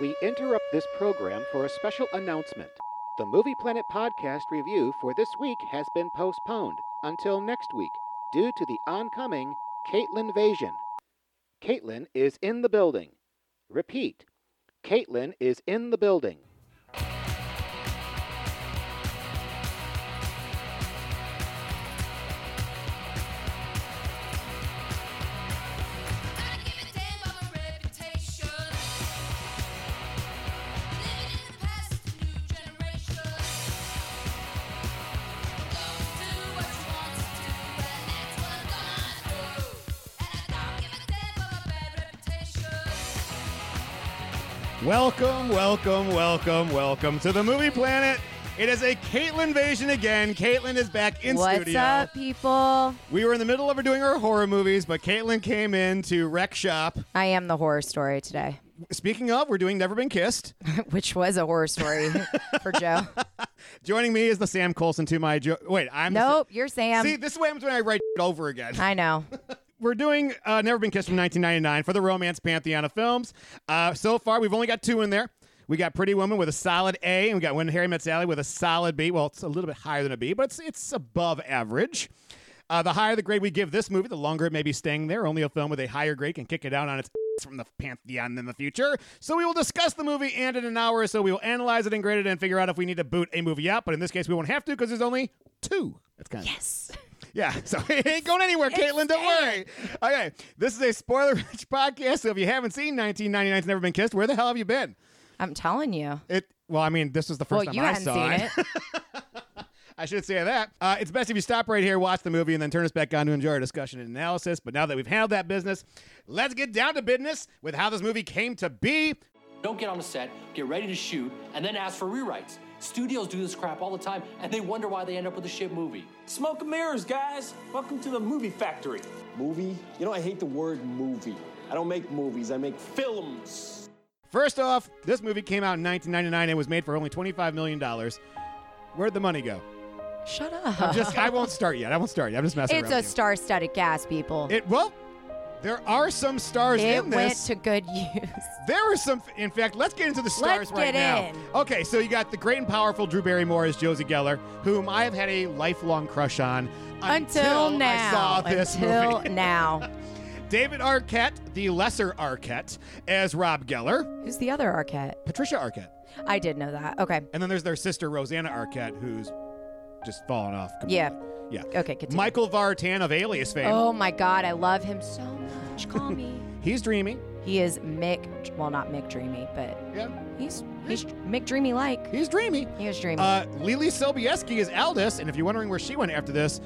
We interrupt this program for a special announcement. The Movie Planet podcast review for this week has been postponed until next week due to the oncoming Caitlin Vasion. Caitlin is in the building. Repeat Caitlin is in the building. Welcome, welcome, welcome, welcome to the Movie Planet. It is a Caitlin invasion again. Caitlin is back in What's studio. up, people? We were in the middle of doing our horror movies, but Caitlin came in to Wreck Shop. I am the horror story today, Speaking of, we're doing Never Been Kissed. which was a horror story for Joe. Joining me is the Sam Colson to my jo- wait. I'm the Nope, you're Sa- Sam. See, this is what happens when I write over again. I know. We're doing uh, Never Been Kissed from 1999 for the Romance Pantheon of films. Uh, so far, we've only got two in there. We got Pretty Woman with a solid A, and we got When Harry Met Sally with a solid B. Well, it's a little bit higher than a B, but it's it's above average. Uh, the higher the grade we give this movie, the longer it may be staying there. Only a film with a higher grade can kick it out on its from the pantheon in the future. So we will discuss the movie, and in an hour or so, we will analyze it and grade it and figure out if we need to boot a movie out. But in this case, we won't have to because there's only two. That's kind of Yes. yeah, so it ain't going anywhere, Caitlin. Don't worry. Okay, this is a spoiler-rich podcast. So if you haven't seen 1999's Never Been Kissed, where the hell have you been? I'm telling you. It. Well, I mean, this was the Well, first time you I hadn't saw seen it. it. I should say that. Uh, it's best if you stop right here, watch the movie, and then turn us back on to enjoy our discussion and analysis. But now that we've handled that business, let's get down to business with how this movie came to be. Don't get on a set, get ready to shoot, and then ask for rewrites. Studios do this crap all the time, and they wonder why they end up with a shit movie. Smoke and mirrors, guys. Welcome to the movie factory. Movie? You know, I hate the word movie. I don't make movies, I make films. First off, this movie came out in 1999 and was made for only 25 million dollars. Where'd the money go? Shut up. I'm just. I won't start yet. I won't start yet. I'm just messing it's around. a with you. star-studded cast, people. It well, there are some stars It in went this. to good use. there were some. In fact, let's get into the stars Let's right get now. in. Okay, so you got the great and powerful Drew Barrymore as Josie Geller, whom I have had a lifelong crush on Until, now. I saw this Until movie. now. David Arquette, the lesser Arquette, as Rob Geller, Who's the other Arquette? Patricia Arquette, I did know that. Okay. and then there's their sister Rosanna Arquette, who's just fallen off. Completely. Yeah. Yeah. Okay, continue. Michael Vartan of Alias fame. Oh my God, I love him so much. Call me. He's dreamy. He is Mick, well, not Mick Dreamy, but Yeah. he's he's Mick Dreamy like. He's dreamy. He was dreamy. Uh, Lily Sobieski is Aldous, and if you're wondering where she went after this,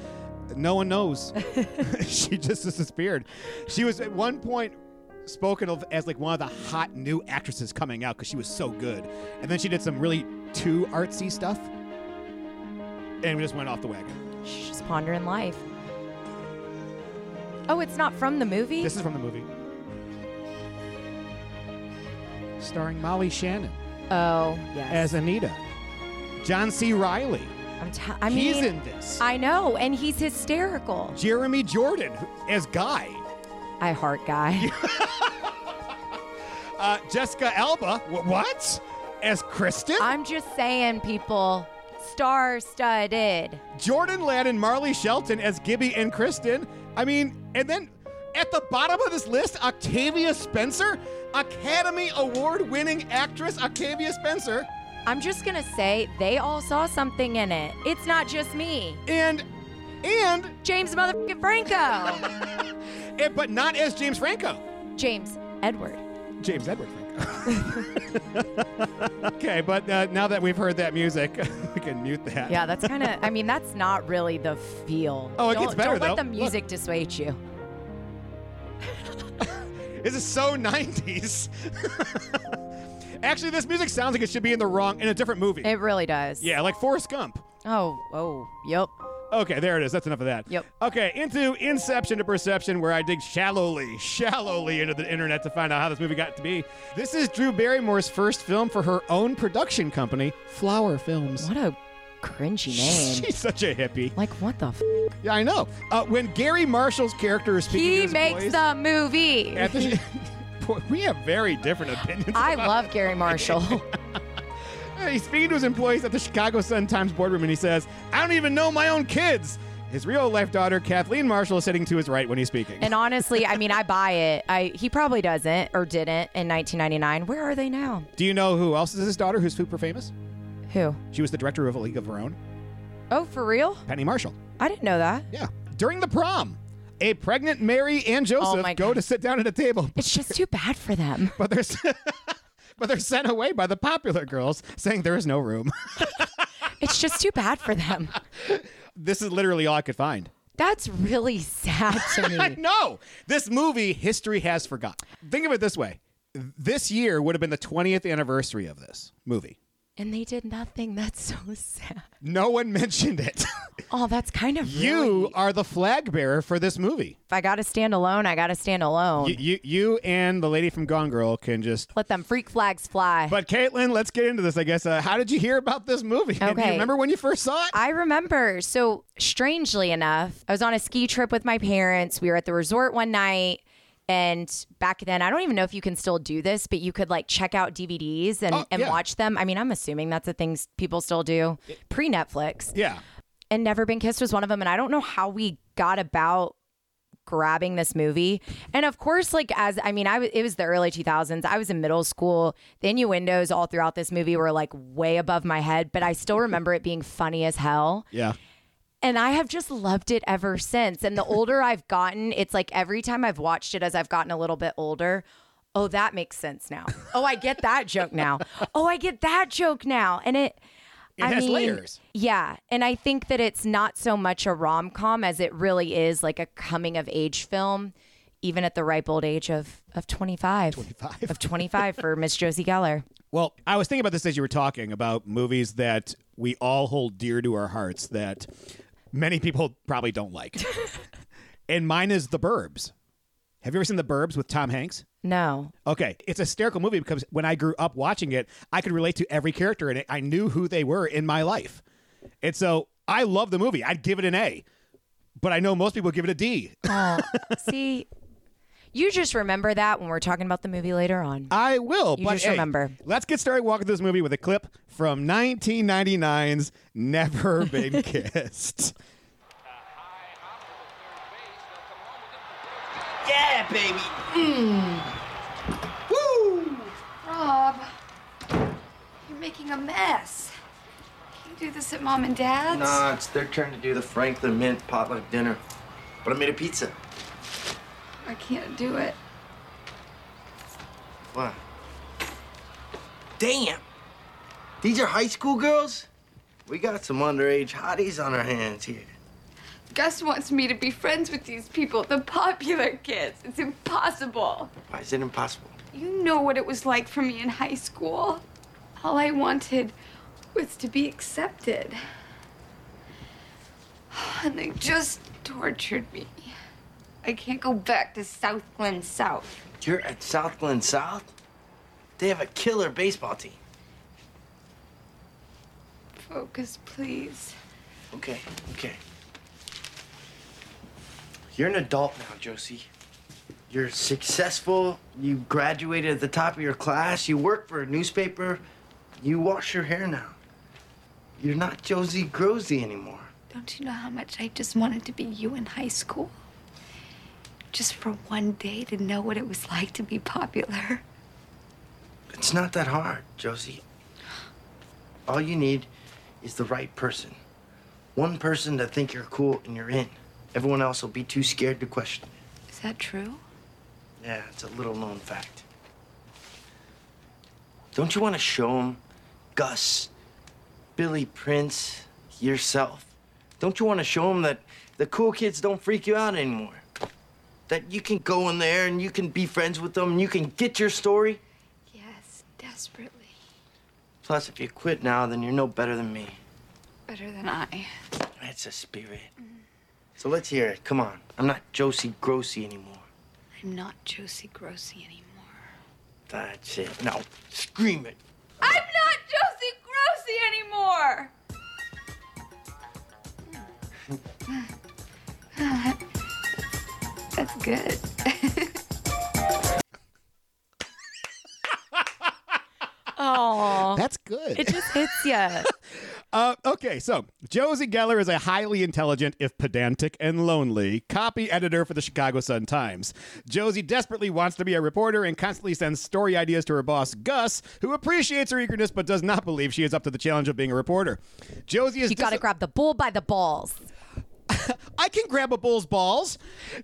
no one knows. she just disappeared. She was at one point spoken of as like one of the hot new actresses coming out because she was so good, and then she did some really too artsy stuff, and we just went off the wagon. She's just pondering life. Oh, it's not from the movie? This is from the movie, starring Molly Shannon oh, yes. as Anita, John C. Riley. I'm t- i mean, He's in this. I know, and he's hysterical. Jeremy Jordan as Guy. I heart guy. Uh, Jessica Alba. Wh- what? As Kristen? I'm just saying, people, star studded. Jordan Ladd and Marley Shelton as Gibby and Kristen. I mean, and then at the bottom of this list, Octavia Spencer, Academy Award winning actress Octavia Spencer. I'm just going to say they all saw something in it. It's not just me. And, and, James motherfucking Franco. and but not as James Franco. James Edward. James Edward Franco. okay, but uh, now that we've heard that music, we can mute that. Yeah, that's kind of. I mean, that's not really the feel. Oh, it don't, gets better, Don't though. let the Look. music dissuade you. This is so 90s. Actually, this music sounds like it should be in the wrong in a different movie. It really does. yeah, like Forrest Gump. Oh. Oh. Yep. Okay, there it is. That's enough of that. Yep. Okay, into Inception to Perception, where I dig shallowly, shallowly into the internet to find out how this movie got to be. This is Drew Barrymore's first film for her own production company, Flower Films. What a cringy name. She's such a hippie. like what the? F- Yeah, I know. Uh, when Gary Marshall's character is speaking to he his makes boys the movie. at the po- we have very different opinions. I about- love Gary Marshall. Uh, He's speaking to his employees at the Chicago Sun Times boardroom, and he says, "I don't even know my own kids." His real-life daughter, Kathleen Marshall, is sitting to his right when he's speaking. and honestly, I mean, I buy it. I he probably doesn't or didn't in 1999. Where are they now? Do you know who else is his daughter? Who's super famous? Who? She was the director of A League of Her Own, Oh, for real? Penny Marshall. I didn't know that. Yeah. During the prom, a pregnant Mary and Oh Joseph my go God. to sit down at a table, It's just too bad for them. but they're s- but they're sent away by the popular girls, saying there is no room. It's just too bad for them. this is literally all I could find. That's really sad to me. No, this movie history has forgotten. Think of it this way: this year would have been the 20th anniversary of this movie. And they did nothing. That's so sad. No one mentioned it. Oh, that's kind of you really- are the flag bearer for this movie. If I gotta stand alone, I gotta stand alone. You, you, you and the lady from Gone Girl can just. Let them freak flags fly. But Caitlin, let's get into this. I guess. Uh, how did you hear about this movie? And Do you Okay. remember when you first saw it? I remember. So, strangely enough, I was on a ski trip with my parents. We were at the resort one night. And back then, I don't even know if you can still do this, but you could like check out DVDs and, Oh, and yeah. watch them. I mean, I'm assuming that's the things people still do pre Netflix. yeah. and Never Been Kissed was one of them. And I don't know how we got about grabbing this movie. And of course, like as I mean, I w- it was the early 2000s. I was in middle school. The innuendos all throughout this movie were like way above my head, but I still remember it being funny as hell. Yeah. And I have just loved it ever since. And the older I've gotten, it's like every time I've watched it as I've gotten a little bit older, oh, that makes sense now. Oh, I get that joke now. Oh, I get that joke now. And it, It has layers. Yeah. And I think that it's not so much a rom com as it really is like a coming of age film, even at the ripe old age of, of 25. 25. Of 25 for Miss Josie Geller. Well, I was thinking about this as you were talking about movies that we all hold dear to our hearts that many people probably don't like. and mine is The Burbs. Have you ever seen The Burbs with Tom Hanks? No. Okay, it's a hysterical movie because when I grew up watching it, I could relate to every character in it. I knew who they were in my life. And so I love the movie. I'd give it an A. But I know most people give it a D. Oh, see, you just remember that when we're talking about the movie later on. I will. You but just hey, remember. Let's get started walking through this movie with a clip from 1999's Never Been Kissed. Yeah, baby. Rob, you're making a mess. Can you do this at mom and dad's? Nah, it's their turn to do the Franklin Mint potluck dinner. But I made a pizza. I can't do it. Why? Damn! These are high school girls? We got some underage hotties on our hands here. Gus wants me to be friends with these people, the popular kids. It's impossible. Why is it impossible? You know what it was like for me in high school. All I wanted was to be accepted. And they just tortured me. I can't go back to Southland South. You're at South Glen South? They have a killer baseball team. Focus, please. Okay, okay. You're an adult now, Josie. You're successful. You graduated at the top of your class. You work for a newspaper. You wash your hair now. You're not Josie Grosey anymore. Don't you know how much I just wanted to be you in high school? Just for one day to know what it was like to be popular. It's not that hard, Josie. All you need is the right person. One person to think you're cool and you're in. Everyone else will be too scared to question it. Is that true? Yeah, it's a little known fact. Don't you want to show him Gus, Billy Prince, yourself? Don't you want to show him that the cool kids don't freak you out anymore? That you can go in there and you can be friends with them and you can get your story? Yes, desperately. Plus, if you quit now, then you're no better than me. Better than I. That's a spirit. So let's hear it. Come on. I'm not Josie Grossi anymore. I'm not Josie Grossi anymore. That's it. Now, scream it. I'm not Josie Grossi anymore! That's good. real. That's good. it just hits you. Uh, okay, so Josie Geller is a highly intelligent, if pedantic and lonely, copy editor for the Chicago Sun Times. Josie desperately wants to be a reporter and constantly sends story ideas to her boss, Gus, who appreciates her eagerness but does not believe she is up to the challenge of being a reporter. Josie is. You got to dis- grab the bull by the balls. I can grab a bull's balls.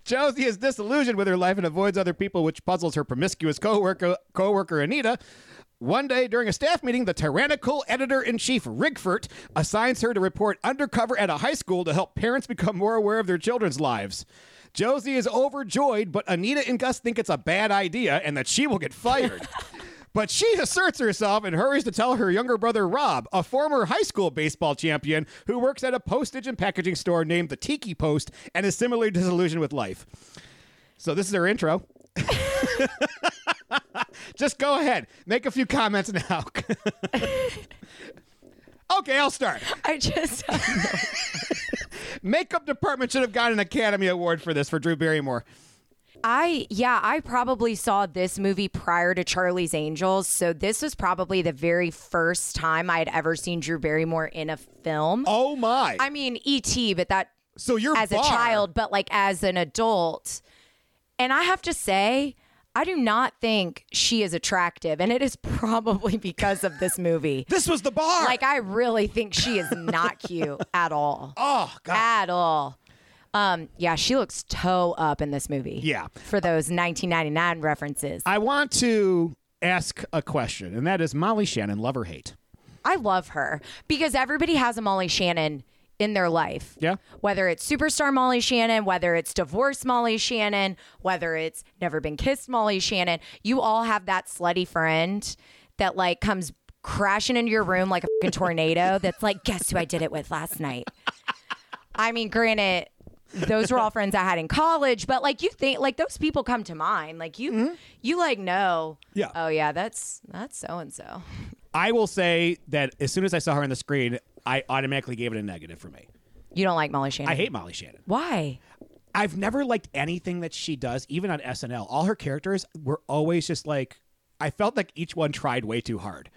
Josie is disillusioned with her life and avoids other people, which puzzles her promiscuous coworker, coworker Anita. One day during a staff meeting, the tyrannical editor in chief, Rigfert, assigns her to report undercover at a high school to help parents become more aware of their children's lives. Josie is overjoyed, but Anita and Gus think it's a bad idea and that she will get fired. But she asserts herself and hurries to tell her younger brother Rob, a former high school baseball champion who works at a postage and packaging store named the Tiki Post and is similarly disillusioned with life. So this is her intro. Just go ahead, make a few comments now. okay, I'll start. I just Makeup department should have gotten an Academy Award for this for Drew Barrymore. I yeah, I probably saw this movie prior to Charlie's Angels, so this was probably the very first time I had ever seen Drew Barrymore in a film. Oh my! I mean E.T., but that so you're as a child, but like as an adult. And I have to say, I do not think she is attractive, and it is probably because of this movie. This was the bar. Like I really think she is not cute at all. oh god. At all. Um, yeah, she looks toe up in this movie. Yeah. For those 1999 references. I want to ask a question, and that is Molly Shannon, love or hate? I love her because everybody has a Molly Shannon in their life. Yeah. Whether it's superstar Molly Shannon, whether it's divorced Molly Shannon, whether it's never been kissed Molly Shannon, you all have that slutty friend that like comes crashing into your room like a fucking tornado that's like, guess who I did it with last night? I mean, granted, those were all friends I had in college, but like you think like those people come to mind. Like you you like know. Mm-hmm. Yeah. Oh yeah, that's that's so and so. I will say that as soon as I saw her on the screen, I automatically gave it a negative for me. You don't like Molly Shannon. I hate Molly Shannon. Why? I've never liked anything that she does, even on SNL. All her characters were always just like, I felt like each one tried way too hard.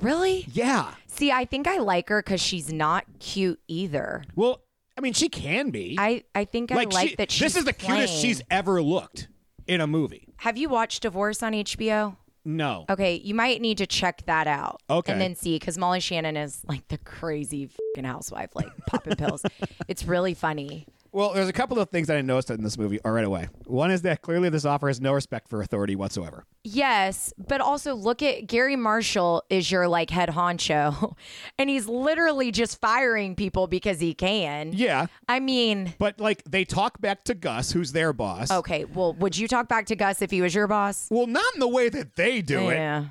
Really? Yeah. See, I think I like her because she's not cute either. Well, I mean, she can be. I, I think I like that she's This is the cutest plain. she's ever looked in a movie. Have you watched Divorce on HBO? No. Okay, you might need to check that out. Okay. And then see, because Molly Shannon is like the crazy fing housewife, like popping pills. It's really funny. Well, there's a couple of things that I noticed in this movie right away. One is that clearly this offer has no respect for authority whatsoever. Yes, but also look at Gary Marshall is your like head honcho, and he's literally just firing people because he can. Yeah. I mean, But like they talk back to Gus, who's their boss. okay. Well, would you talk back to Gus if he was your boss? Well, not in the way that they do it. Yeah.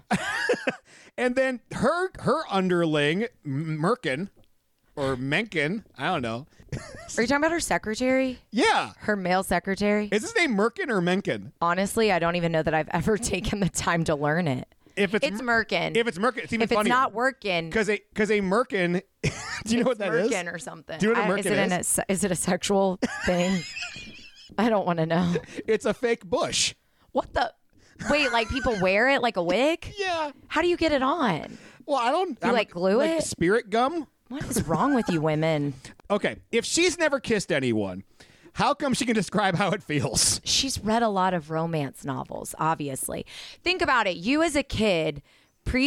And then her her underling M- Merkin or Menken, I don't know. Are you talking about her secretary? Yeah. Her male secretary? Is his name Merkin or Menken? Honestly, I don't even know that I've ever taken the time to learn it. If it's, It's Merkin. if it's Merkin, it's even If it's not working, because a because a Merkin, do you know what that is? Merkin or something. Do you know what a I- is, merkin it an- is? is it a sexual thing? I don't want to know. It's a fake bush. What the? Wait, like people wear it like a wig? Yeah. How do you get it on? Well, I don't. You like, glue like it? Spirit gum. What is wrong with you women? Okay, if she's never kissed anyone, how come she can describe how it feels? she's read a lot of romance novels, obviously. Think about it. You as a kid,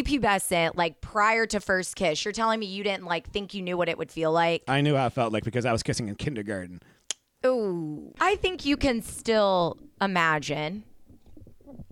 prepubescent, like prior to first kiss, you're telling me you didn't like think you knew what it would feel like. I knew how it felt like because I was kissing in kindergarten. Ooh. I think you can still imagine.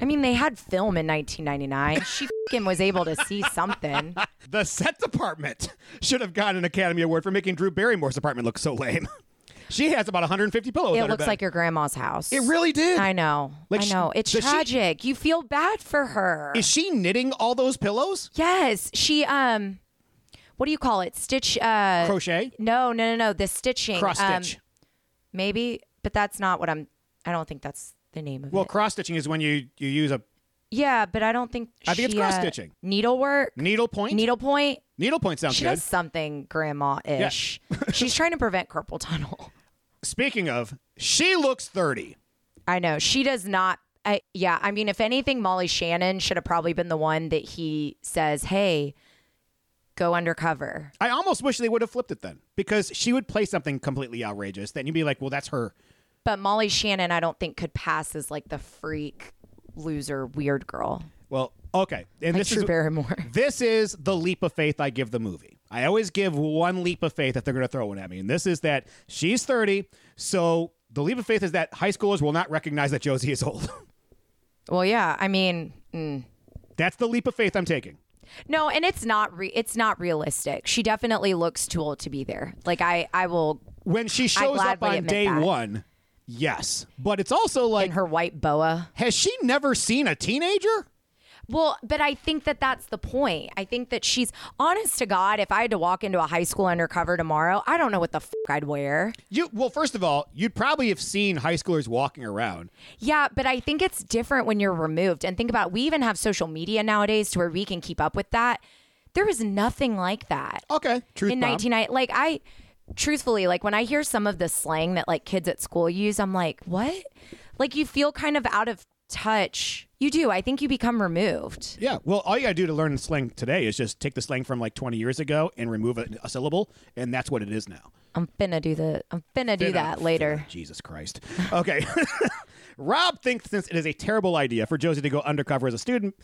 I mean, they had film in 1999. She fing was able to see something. The set department should have gotten an Academy Award for making Drew Barrymore's apartment look so lame. she has about 150 pillows. It on her looks bed. like your grandma's house. It really did. I know. Like I she- know. It's does she- tragic. you feel bad for her. Is she knitting all those pillows? yes. She um what do you call it? Stitch uh Crochet, No, no, no, no. The stitching. cross um, stitch. maybe, but that's not what I'm. I don't think that's the name of well, it. cross stitching is when you you use a yeah, but I don't think. I think it's she, uh, cross-stitching. needlework. needle point. Needlepoint. needle point sounds She good. does something grandma-ish. She's trying to prevent carpal tunnel. Speaking of, she looks 30. I know she does not I, yeah, I mean, if anything, Molly Shannon should have probably been the one that he says, "Hey, go undercover." I almost wish they would have flipped it then because she would play something completely outrageous. Then you'd be like, well, that's her. But Molly Shannon, I don't think could pass as like the freak, loser, weird girl. Well, okay. And Like this Drew is Barrymore. This is the leap of faith I give the movie. I always give one leap of faith if they're going to throw one at me. And this is that she's 30, so the leap of faith is that high schoolers will not recognize that Josie is old. Well, yeah, I mean, mm. that's the leap of faith I'm taking. no, and it's not re- it's not realistic. She definitely looks too old to be there. Like I, I will When she shows up gladly on admit day that. 1, yes. But it's also like in her white boa. has she never seen a teenager? Well, but I think that that's the point. I think that she's honest to God. If I had to walk into a high school undercover tomorrow, I don't know what the fuck I'd wear. You well, first of all, you'd probably have seen high schoolers walking around. Yeah, but I think it's different when you're removed. And think about we even have social media nowadays to where we can keep up with that. There was nothing like that. Okay, truth in bomb. 1990 like i truthfully like when i hear some of the slang that like kids at school use i'm like what like you feel kind of out of touch you do i think you become removed Yeah, well, all you gotta do to learn slang today is just take the slang from like 20 years ago and remove a, a syllable, and that's what it is now. i'm finna do the i'm finna do Finna. that later Jesus Christ. Okay. Rob thinks since it is a terrible idea for Josie to go undercover as a student,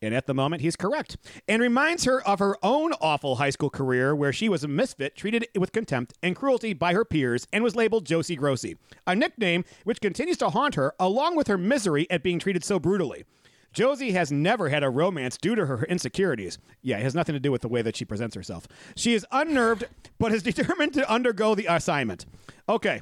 and at the moment he's correct, and reminds her of her own awful high school career where she was a misfit, treated with contempt and cruelty by her peers, and was labeled Josie Grossi, a nickname which continues to haunt her along with her misery at being treated so brutally. Josie has never had a romance due to her insecurities. Yeah, it has nothing to do with the way that she presents herself. She is unnerved, but is determined to undergo the assignment. Okay,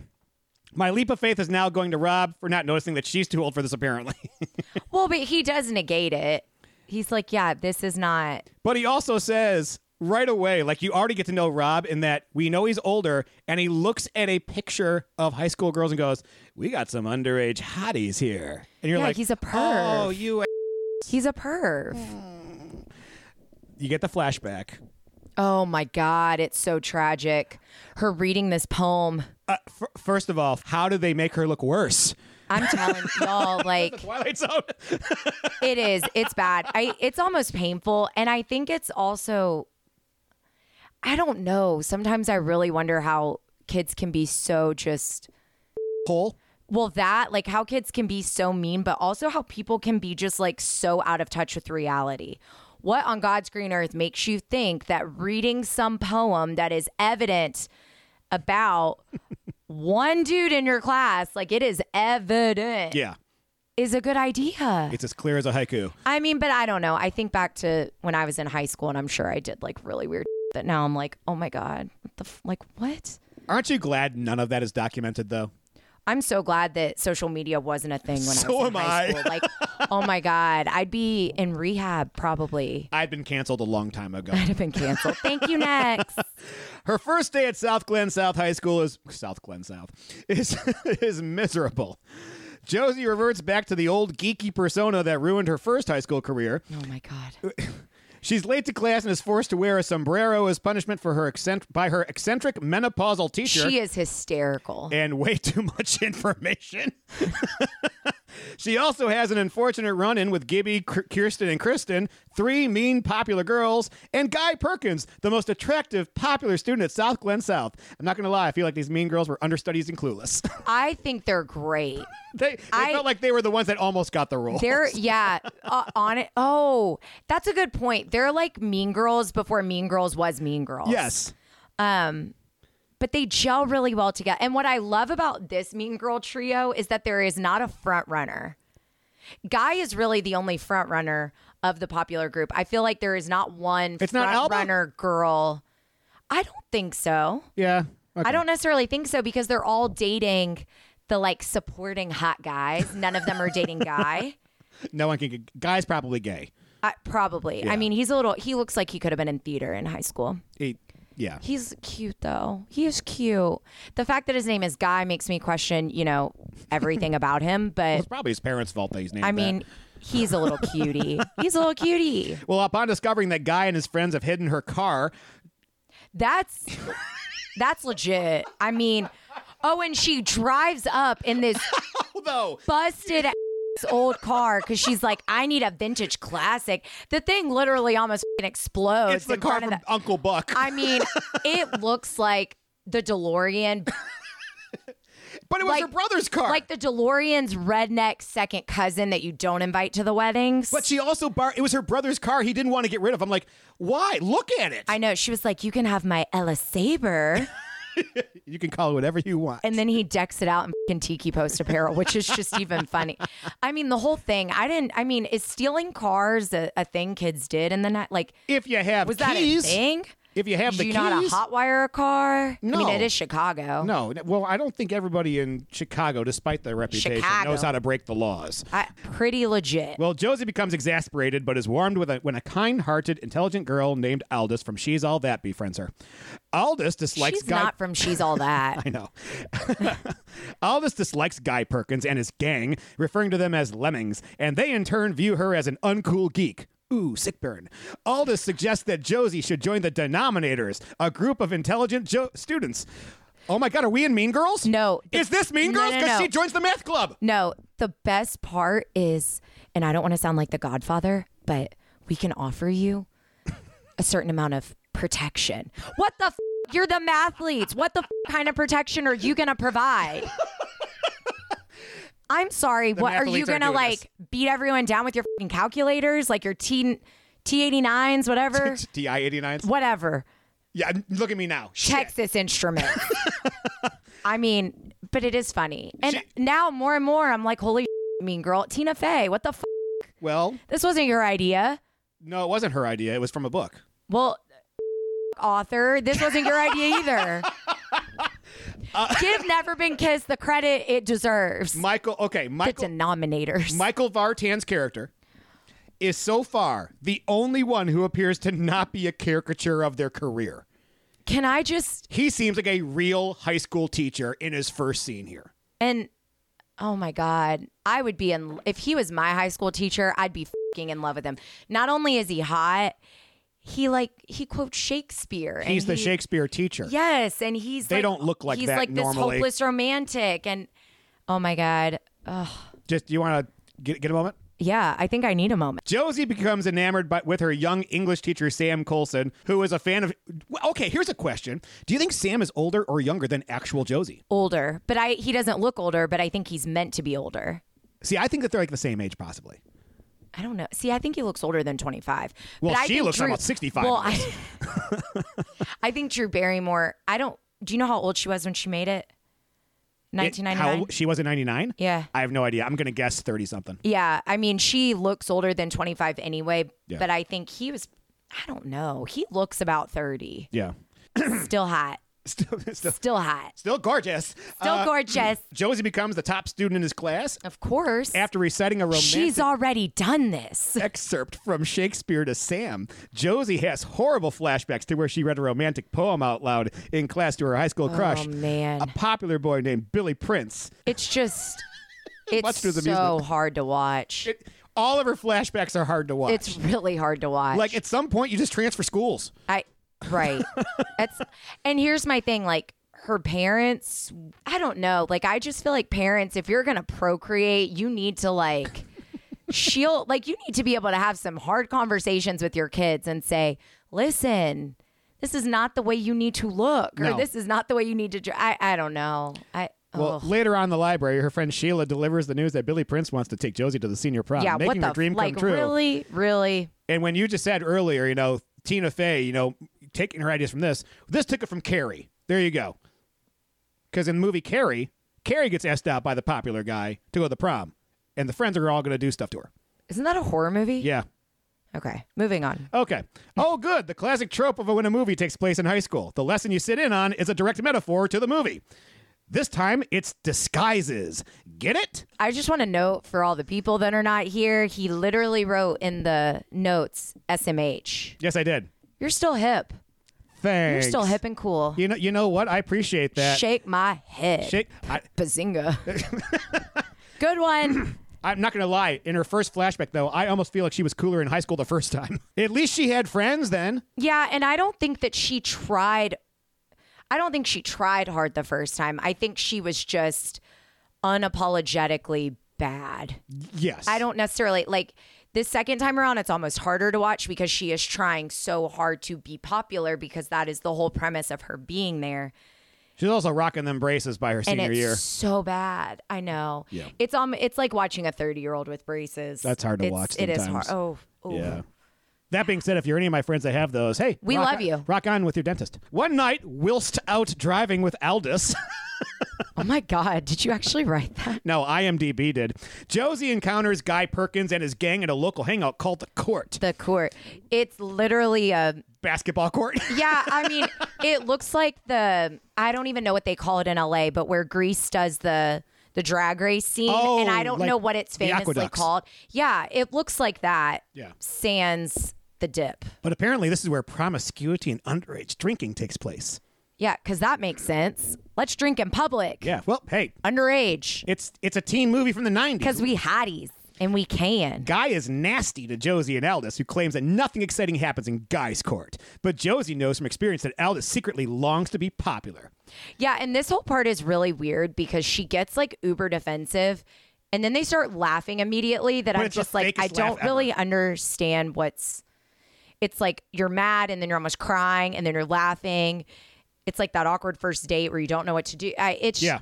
my leap of faith is now going to Rob for not noticing that she's too old for this, apparently. well but he does negate it he's like yeah this is not but he also says right away, like you already get to know Rob in that we know he's older, and he looks at a picture of high school girls and goes, "We got some underage hotties here," and you're Yeah, like, he's a perv. Oh, you. a-" he's a perv You get the flashback. oh my god it's so tragic her reading this poem Uh, f- first of all, how do they make her look worse? i'm telling y'all like Twilight Zone. it is it's bad i it's almost painful and i think it's also i don't know sometimes i really wonder how kids can be so just Hole. well that like how kids can be so mean but also how people can be just like so out of touch with reality what on god's green earth makes you think that reading some poem that is evident about one dude in your class like it is evident Yeah, is a good idea it's as clear as a haiku. I mean, but I don't know. I think back to when I was in high school, and I'm sure I did like really weird that now I'm like, oh my god, what the f- like what? Aren't you glad none of that is documented, though? I'm so glad that social media wasn't a thing when So I was in am high I. school. Like, oh my god, I'd be in rehab probably. I'd been canceled a long time ago. I'd have been canceled. Thank you. Next, Oh Her first day at South Glen South High School is South Glen South is is miserable. Josie reverts back to the old geeky persona that ruined her first high school career. oh my god, She's late to class and is forced to wear a sombrero as punishment for her eccentric, by her eccentric menopausal teacher she is hysterical. and way too much information. she also has an unfortunate run in with Gibby, Kr- Kirsten, and Kristen, three mean, popular girls, and Guy Perkins, the most attractive, popular student at South Glen South. I'm not going to lie, I feel like these mean girls were understudies and clueless. I think they're great. they they I- felt like they were the ones that almost got the role. They're yeah, uh, on it. Oh, that's a good point. They're like Mean Girls before Mean Girls was Mean Girls. Yes. but they gel really well together. And what I love about this Mean Girl trio is that there is not a front runner. Guy is really the only front runner of the popular group. I feel like there is not one It's not front Alba? runner girl. I don't think so. Yeah. Okay. I don't necessarily think so because they're all dating the like supporting hot guys. None of them are dating guy. No one can. Guy's probably gay. I, probably. Yeah. I mean, he's a little. He looks like he could have been in theater in high school. He, yeah. He's cute though. He is cute. The fact that his name is Guy makes me question, you know, everything about him. But It's probably his parents' fault that he's named I that. mean, he's a little cutie. He's a little cutie. well, upon discovering that Guy and his friends have hidden her car, That's that's legit. I mean, oh, and she drives up in this although busted Nick's old car because she's like, I need a vintage classic. The thing literally almost f***ing explodes. It's the in car front from of Oh, the- Uncle Buck. I mean, it looks like the DeLorean, but it was like- her brother's car. like the DeLorean's redneck second cousin that you don't invite to the weddings. but she also bar. It was her brother's car. He didn't want to get rid of. I'm like, why? Look at it. I know. She was like, You can have my Ella Saber. you can call it whatever you want. And then he decks it out in fucking tiki post apparel, which is just even funny. I mean, the whole thing. I didn't. I mean, is stealing cars a, a thing kids did in the night? Like, if you have was that a keys, thing? if you have Did the you keys, not a hotwire a car? I No. mean, it is Chicago. No, n- well, I don't think everybody in Chicago, despite their reputation, Chicago. knows how to break the laws. I, pretty legit. Well, Josie becomes exasperated, but is warmed with a, when a kind-hearted, intelligent girl named Aldous from She's All That befriends her. Aldous dislikes She's Guy. not from She's All That. I know. Aldous dislikes Guy Perkins and his gang, referring to them as lemmings, and they in turn view her as an uncool geek. Ooh, sick burn. Aldous suggests that Josie should join the Denominators, a group of intelligent jo- students. Oh my God, are we in Mean Girls? No. Is this Mean No, Girls? no, Because no. she joins the math club. no, the best part is, and I don't want to sound like the Godfather, but we can offer you a certain amount of protection. What the? F- you're the mathletes. What the f- kind of protection are you gonna provide? I'm sorry. what are you mathletes aren't gonna doing like? Beat everyone down with your fing calculators, like your T T89s, whatever, TI 89s. whatever. Yeah, look at me now. Shit. Texas instrument. I mean, but it is funny. And She- now more and more, I'm like, holy mean girl, Tina Fey, what the f? Well, This wasn't your idea. no, it wasn't her idea. It was from a book. Well, author, this wasn't your idea either. Give Never Been Kissed the credit it deserves. Michael, okay, the Michael. denominators. Michael Vartan's character is so far the only one who appears to not be a caricature of their career. Can I just, He seems like a real high school teacher in his first scene here. and oh my God, I would be in, if he was my high school teacher, I'd be fing in love with him. Not only is he hot, he like, he quotes Shakespeare. He's and the he- Shakespeare teacher. Yes, and he's They like, don't look like he's that like normally. this hopeless romantic, and oh my god, Ugh. Just do you want to get, get a moment? yeah, I think I need a moment. Josie becomes enamored by, with her young English teacher Sam Colson, who is a fan of. Well, Okay, here's a question: Do you think Sam is older or younger than actual Josie? Older, but I he doesn't look older, but I think he's meant to be older. See, I think that they're like the same age, possibly. I don't know. See, I think he looks older than twenty five. Well, but I she think looks Drew, about 65 Well, I, I think Drew Barrymore. I don't. Do you know how old she was when she made it? It- Nineteen ninety how nine. old- She was in '99. Yeah. I have no idea. I'm gonna guess thirty something. Yeah, I mean, she looks older than twenty five anyway. Yeah. But I think he was. I don't know. He looks about thirty. Yeah. Still hot. Still, still, Still hot. still gorgeous. Still Uh, gorgeous. Josie becomes the top student in his class Of course. after reciting a romantic She's already done this. excerpt from Shakespeare to Sam. Josie has horrible flashbacks to where she read a romantic poem out loud in class to her high school crush, Oh, man. a popular boy named Billy Prince. It's just it's Much to his so amusement. hard to watch. It, all of her flashbacks are hard to watch. it's really hard to watch. like at some point you just transfer schools. I right. That's and here's my thing like her parents, I don't know. Like I just feel like parents if you're going to procreate, you need to like she'll like you need to be able to have some hard conversations with your kids and say, "Listen, this is not the way you need to look or No. this is not the way you need to dr- I I don't know. I Well, ugh. later on in the library, her friend Sheila delivers the news that Billy Prince wants to take Josie to the senior prom, yeah, what making the her dream f- like come true. really, really And when you just said earlier, you know, Tina Fey, you know, taking her ideas from this, this took it from Carrie. There you go. Because in the movie Carrie, Carrie gets asked out by the popular guy to go to the prom, and the friends are all going to do stuff to her. Isn't that a horror movie? Yeah. Okay, moving on. Okay. Oh, good. The classic trope of when a movie takes place in high school. The lesson you sit in on is a direct metaphor to the movie. This time it's disguises. Get it? I just want to note for all the people that are not here, he literally wrote in the notes SMH. Yes, I did. You're still hip. Thanks. You're still hip and cool. You know, you know what? I appreciate that. Shake my head. Shake. I, Bazinga. Good one. I'm not going to lie. In her first flashback, though, I almost feel like she was cooler in high school the first time. At least she had friends then. Yeah, and I don't think that she tried. I don't think she tried hard the first time. I think she was just unapologetically bad. Yes. I don't necessarily like this second time around, it's almost harder to watch because she is trying so hard to be popular because that is the whole premise of her being there. She's also rocking them braces by her And senior it's year. so bad. I know. Yeah. It's um it's like watching a 30 year old with braces. That's hard to It's- watch It is hard. sometimes. Oh, oh. Yeah. That being said, if you're any of my friends that have those, hey, We rock love on- you. Rock on with your dentist. One night, whilst out driving with Aldous, Oh my God. Did you actually write that? no, IMDb did. Josie encounters Guy Perkins and his gang at a local hangout called the Court The court. It's literally a basketball court. Yeah, I mean, it looks like the I don't even know what they call it in LA, but where Greece does the the drag race scene, Oh, and I don't like know what it's the famously aqueducts. called. Yeah, it looks like that. Yeah. sans the dip. but apparently, this is where promiscuity and underage drinking takes place. Yeah, because that makes sense. Let's drink in public, Yeah. Well, hey, underage, it's it's a teen movie from the '90s. because we hotties and we can. Guy is nasty to Josie and Aldous, who claims that nothing exciting happens in Guy's court. But Josie knows from experience that Aldous secretly longs to be popular. Yeah, and this whole part is really weird because she gets like uber defensive. And then they start laughing immediately that But I'm it's the just like, I fakest laugh don't really understand what's. It's like you're mad and then you're almost crying and then you're laughing. It's like that awkward first date where you don't know what to do. I, it's Yeah.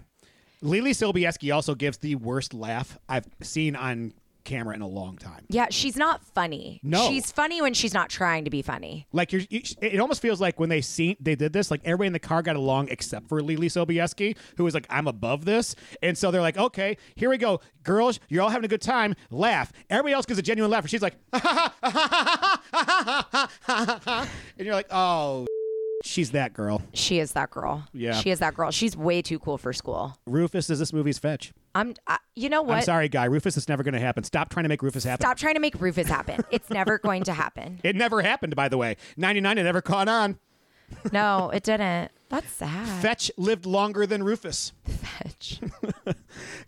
Lily Sobieski also gives the worst laugh I've seen on camera in a long time. Yeah, she's not funny. No. She's funny when she's not trying to be funny. Like you're, you, it almost feels like when they seen they did this, like everybody in the car got along except for Lily Sobieski, who was like, "I'm above this," and so they're like, "Okay, here we go, girls, you're all having a good time, laugh." Everybody else gives a genuine laugh, and she's like, and you're like, "Oh, she's that girl." She is that girl. Yeah. She is that girl. She's way too cool for school. Rufus is this movie's fetch. I'm, I, you know I'm what? sorry, guy. Rufus is never going to happen. Stop trying to make Rufus happen. Stop trying to make Rufus happen. It's never going to happen. It never happened, by the way. 99, it never caught on. No, it didn't. That's sad. Fetch lived longer than Rufus. Fetch.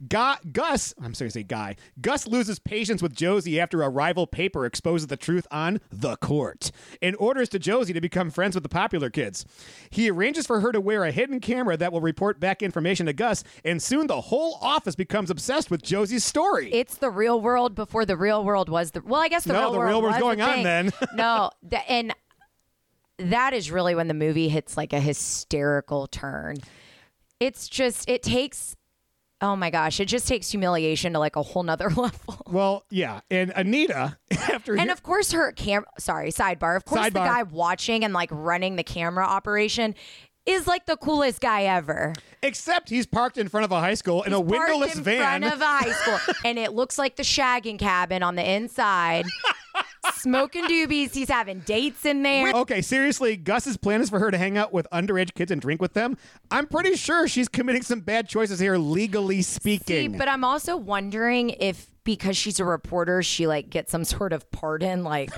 Gu- Gus, I'm sorry to say Guy, Gus loses patience with Josie after a rival paper exposes the truth on the court and orders to Josie to become friends with the popular kids. He arranges for her to wear a hidden camera that will report back information to Gus, and soon the whole office becomes obsessed with Josie's story. It's the real world before the real world was the. Well, I guess the No, real the world real world's was going the on thing. then. no, th- and that is really when the movie hits like a hysterical turn. It's just it takes. Oh my gosh! It just takes humiliation to like a whole nother level. well, yeah. And Anita, after And he- of course, her cam. Sorry, sidebar. Of course, the Sidebar. guy watching and like running the camera operation is like the coolest guy ever. except he's parked in front of a high school in a parked windowless in van. front of a high school, and it looks like the shagging cabin on the inside. Smoking doobies, he's having dates in there. Okay, seriously, Gus's plan is for her to hang out with underage kids and drink with them. I'm pretty sure she's committing some bad choices here, legally See, speaking. but I'm also wondering if because she's a reporter, she like gets some sort of pardon, like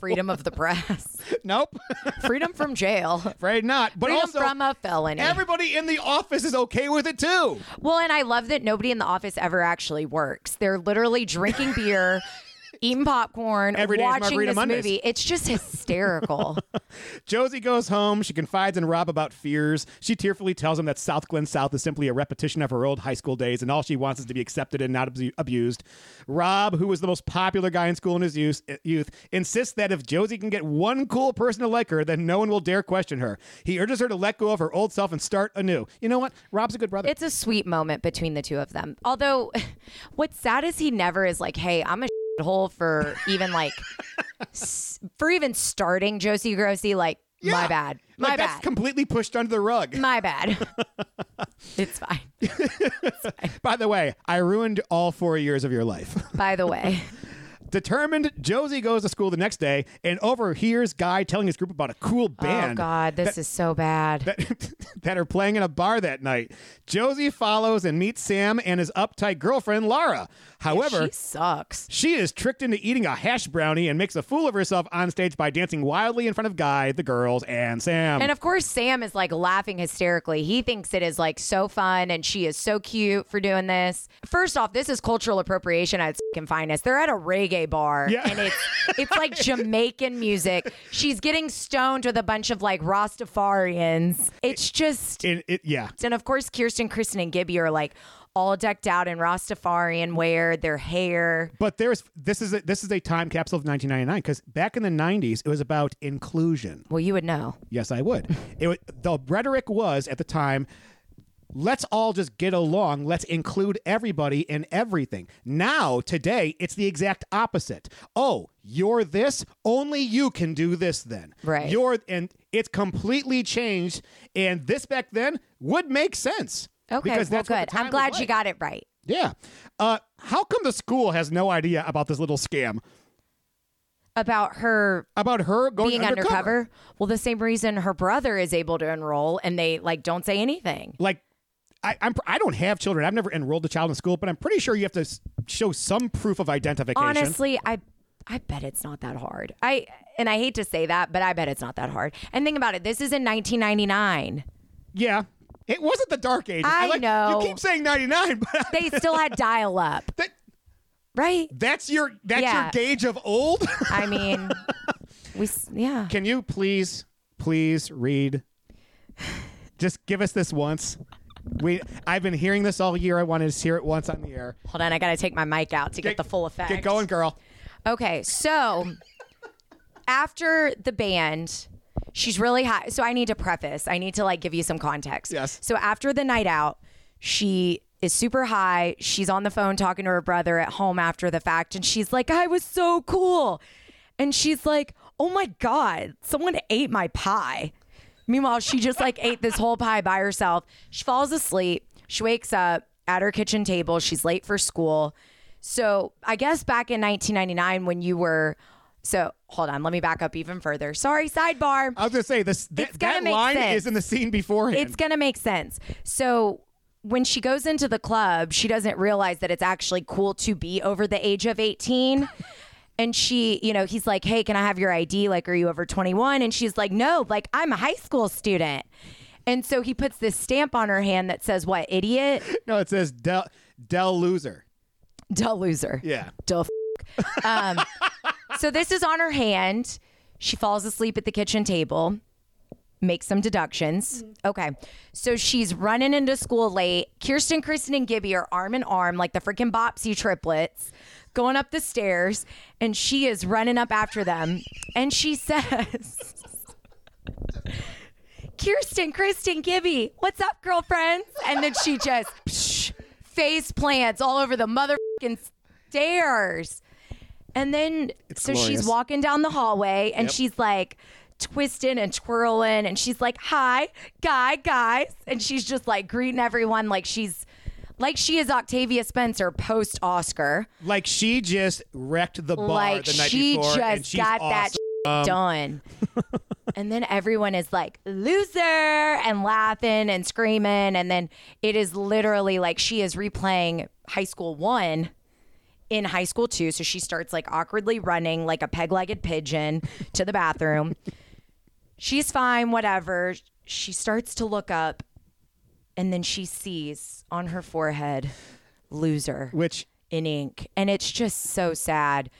freedom of the press, nope, freedom from jail, afraid not. But freedom also, from a felony. everybody in the office is okay with it too. well, and I love that nobody in the office ever actually works. They're literally drinking beer. Eating popcorn, Every day is watching Margarita this Mondays. movie. It's just hysterical. Josie goes home. She confides in Rob about fears. She tearfully tells him that South Glen South is simply a repetition of her old high school days, and all she wants is to be accepted and not abu- abused. Rob, who was the most popular guy in school in his youth, youth, insists that if Josie can get one cool person to like her, then no one will dare question her. He urges her to let go of her old self and start anew. You know what? Rob's a good brother. it's a sweet moment between the two of them. Although, what's sad is he never is like, "Hey, I'm a hole for even like s- for even starting Josie Grossi." Like, my Yeah. bad, my like, that's bad, completely pushed under the rug. my bad. it's fine. By the way, I ruined all four years of your life. By the way, Determined, Josie goes to school the next day and overhears Guy telling his group about a cool oh band. god, this is so bad. that, that are playing in a bar that night. Josie follows and meets Sam and his uptight girlfriend, Lara. However, she sucks. she is tricked into eating a hash brownie and makes a fool of herself on stage by dancing wildly in front of Guy, the girls, and Sam. And of course, Sam is like laughing hysterically. He thinks it is like so fun, and she is so cute for doing this. First off, this is cultural appropriation at its fucking finest. They're at a reggae reggae bar, Yeah. and it's it's like Jamaican music. She's getting stoned with a bunch of like Rastafarians. It's just, It, it, yeah. and of course, Kirsten, Kristen, and Gibby are like all decked out in Rastafarian wear, their hair. But there's this is a, this is a time capsule of 1999 because back in the 90s it was about inclusion. Well, you would know. Yes, I would. it wa- the rhetoric was at the time. Let's all just get along. Let's include everybody in everything. Now, today, it's the exact opposite. Oh, you're this. Only you can do this. Then, Right. You're and it's completely changed. And this back then would make sense. Okay, because well, that's what good. the time I'm glad was you like. got it right. Yeah. Uh, how come the school has no idea about this little scam About her about her going being undercover. Well, the same reason her brother is able to enroll and they like don't say anything. Like, I, I'm I don't have children. I've never enrolled a child in school, but I'm pretty sure you have to s- show some proof of identification. Honestly, I I bet it's not that hard. I and I hate to say that, but I bet it's not that hard. And think about it. This is in 1999. yeah. It wasn't the dark ages. I know. You keep saying 99, but They still had dial up, that, right? that's your that's Yeah. your gauge of old. I mean, we s- yeah. Can you please please read? Just give us this once. We I've been hearing this all year. I wanted to hear it once on the air. Hold on, I got to take my mic out to get, the full effect. Get going, girl. Okay, so after the band, she's really high. So I need to preface. I need to like give you some context. Yes. So after the night out, she is super high. She's on the phone talking to her brother at home after the fact, and she's like, "I was so cool," and she's like, "Oh my god, someone ate my pie." Meanwhile, she just like ate this whole pie by herself. She falls asleep. She wakes up at her kitchen table. She's late for school. So I guess back in 1999, when you were, so hold on, let me back up even further. Sorry, sidebar. I was gonna say this. That, It's gonna that make line sense. is in the scene beforehand. It's going to make sense. So when she goes into the club, she doesn't realize that it's actually cool to be over the age of 18. And she, you know, he's like, hey, can I have your ID? Like, are you over 21? And she's like, no, like, I'm a high school student. And so he puts this stamp on her hand that says, what, idiot? no, it says Del Del loser. Dull loser. Yeah. Dull f- um, so this is on her hand. She falls asleep at the kitchen table. Make some deductions. Okay. So she's running into school late. Kirsten, Kristen, and Gibby are arm in arm, like the freaking Bopsy triplets, going up the stairs, and she is running up after them. And she says, Kirsten, Kristen, Gibby, what's up, girlfriends? And then she just psh, face plants all over the motherfucking stairs. And then, so glorious. she's walking down the hallway and she's like twisting and twirling. And she's like, hi, guy, guys. And she's just like greeting everyone like she's, like she is Octavia Spencer post Oscar. Like she just wrecked the bar Like the night she before, and just she's got that awesome. shit done. and then everyone is like, loser, and laughing and screaming. And then it is literally like she is replaying high school one in high school two. So she starts like awkwardly running like a peg legged pigeon to the bathroom. She's fine, whatever. She starts to look up and then she sees on her forehead, loser Which in ink. And it's just so sad.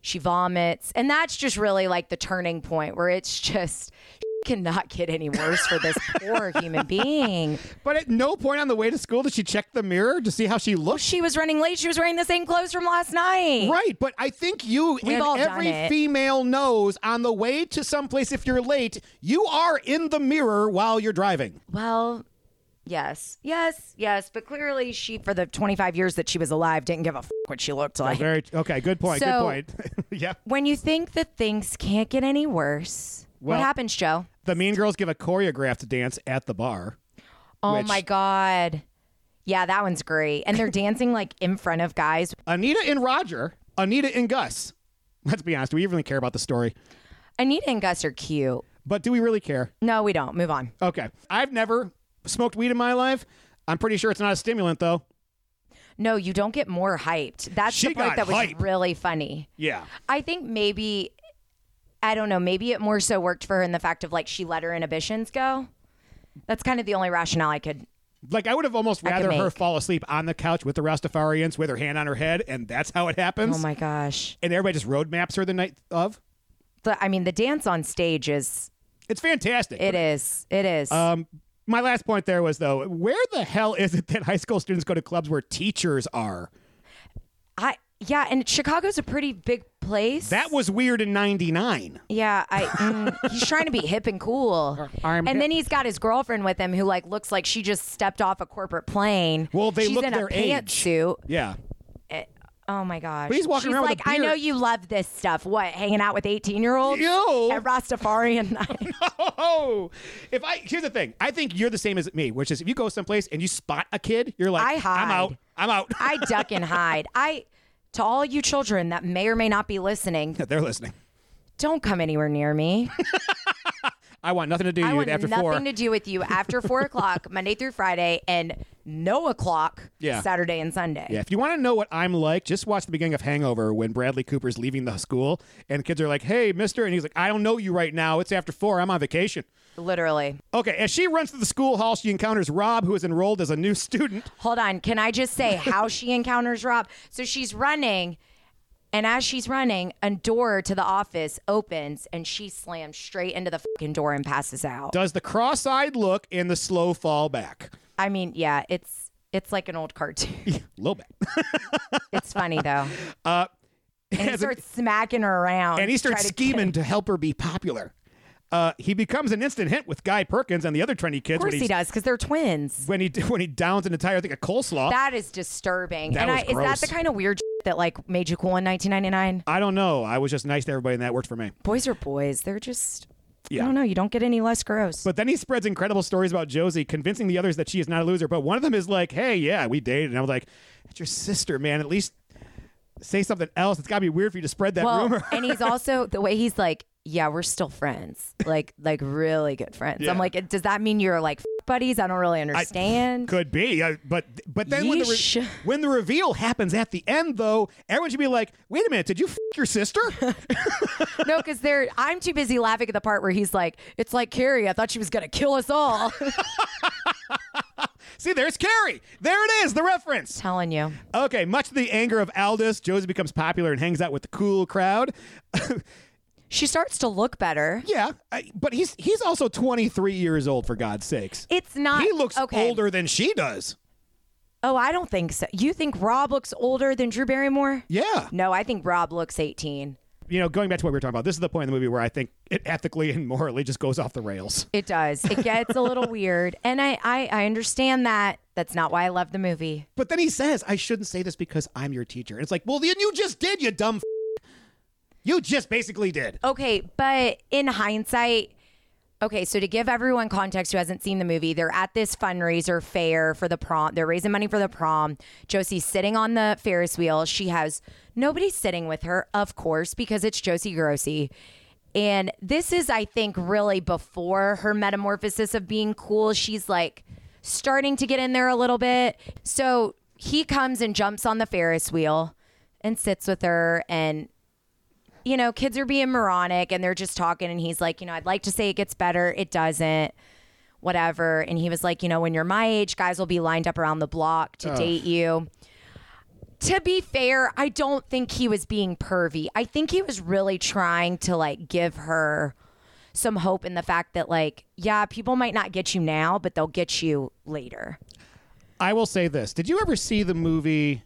She vomits. And that's just really like the turning point where it's just cannot get any worse for this poor human being. but at no point on the way to school did she check the mirror to see how she looked. She was running late. She was wearing the same clothes from last night. Right, but I think you and all done every it. female knows on the way to someplace if you're late, you are in the mirror while you're driving. Well, yes, yes, yes. But clearly, she, for the 25 years that she was alive, didn't give a f- what she looked like. Very okay, good point. So- good point. yeah. When you think that things can't get any worse, Well- what happens, Joe? The mean girls give a choreographed dance at the bar. Oh Which- my God. Yeah, that one's great. And they're dancing like in front of guys, Anita and Roger, Anita and Gus. Let's be honest, do we even care about the story? Anita and Gus are cute. But do we really care? No, we don't. Move on. Okay. I've never smoked weed in my life. I'm pretty sure it's not a stimulant, though. No, you don't get more hyped. That's She the part got that was hype. really funny. Yeah. I think maybe I don't know, maybe it more so worked for her in the fact of like she let her inhibitions go. That's kind of the only rationale I could Like I would have almost I could rather her make. fall asleep on the couch with the Rastafarians with her hand on her head, and that's how it happens. Oh my gosh. And everybody just road maps her the night of. The, I mean, the dance on stage is It's fantastic. it is it is. Um, my last point there was though, where the hell is it that high school students go to clubs where teachers are? I yeah, and Chicago's a pretty big place. That was weird in '99. Yeah, I. mm, he's trying to be hip and cool, armed and hip. then he's got his girlfriend with him, who like looks like she just stepped off a corporate plane. Well, they She's look in their a age. pantsuit. Yeah. Oh my gosh! But he's walking She's around with a like, I know beard." you love this stuff. What, hanging out with eighteen-year-olds Ew. at Rastafarian night? Oh, if I here's the thing, I think you're the same as me, which is if you go someplace and you spot a kid, you're like, I I'm hide. out, I'm out. I duck and hide. I to all you children that may or may not be listening, They're listening. don't come anywhere near me. I want nothing to do I with want you after nothing four. to do with you after four o'clock Monday through Friday and no o'clock Yeah. Saturday and Sunday. yeah, if you want to know what I'm like, just watch the beginning of Hangover when Bradley Cooper's leaving the school and kids are like, "Hey, Mister," and he's like, "I don't know you right now. It's after four. I'm on vacation." Literally. Okay, as she runs through the school hall, she encounters Rob, who is enrolled as a new student. Hold on. Can I just say how she encounters Rob? So she's running, and as she's running, a door to the office opens and she slams straight into the fucking door and passes out. Does the cross-eyed look and the slow fall back? I mean, yeah, it's it's like an old cartoon. A little bit. it's funny though. And he As a- starts smacking her around. and he to try starts to scheming to help her be popular. Uh, he becomes an instant hit with Guy Perkins and the other trendy kids Of course when, he does, because they're twins. when he when he downs an entire thing of coleslaw. That is disturbing. That and was I, is that gross. the kind of weird shit that like made you cool in 1999? I don't know. I was just nice to everybody, and that worked for me. Boys are boys. They're just. Yeah. I don't know. You don't get any less gross. But then he spreads incredible stories about Josie, convincing the others that she is not a loser. But one of them is like, "Hey, yeah, we dated," and I was like, "That's your sister, man. At least say something else. It's got to be weird for you to spread that well, rumor." and he's also the way he's like, yeah, we're still friends, like like really good friends. Yeah. I'm like, does that mean you're like f- buddies? I don't really understand. Could be, I, but but then when the, Yeesh. re- when the reveal happens at the end, though, everyone should be like, "Wait a minute, did you f- your sister?" no, because they're. I'm too busy laughing at the part where he's like, it's like Carrie. I thought she was gonna kill us all. See, there's Carrie. There it is, the reference. Telling you, Okay, much to the anger of Aldous, Josie becomes popular and hangs out with the cool crowd. she starts to look better. yeah, I, but he's he's also 23 years old for God's sakes. It's not. he looks okay. older than she does. Oh, I don't think so. You think Rob looks older than Drew Barrymore? Yeah. No, I think Rob looks 18. You know, going back to what we were talking about, this is the point in the movie where I think it ethically and morally just goes off the rails. It does. It gets a little weird. And I, I, I understand that. That's not why I love the movie. But then he says, "I shouldn't say this because I'm your teacher." And it's like, "Well, then you just did, you dumb f- You just basically did." Okay, but in hindsight, okay, so to give everyone context who hasn't seen the movie, they're at this fundraiser fair for the prom. They're raising money for the prom. Josie's sitting on the Ferris wheel. She has nobody sitting with her, of course, because it's Josie Grossi. And this is, I think, really before her metamorphosis of being cool. She's like starting to get in there a little bit. So he comes and jumps on the Ferris wheel and sits with her and you know, kids are being moronic and they're just talking. And he's like, you know, I'd like to say it gets better. It doesn't, whatever. And he was like, you know, when you're my age, guys will be lined up around the block to date you. To be fair, I don't think he was being pervy. I think he was really trying to like give her some hope in the fact that, like, yeah, people might not get you now, but they'll get you later. I will say this: Did you ever see the movie?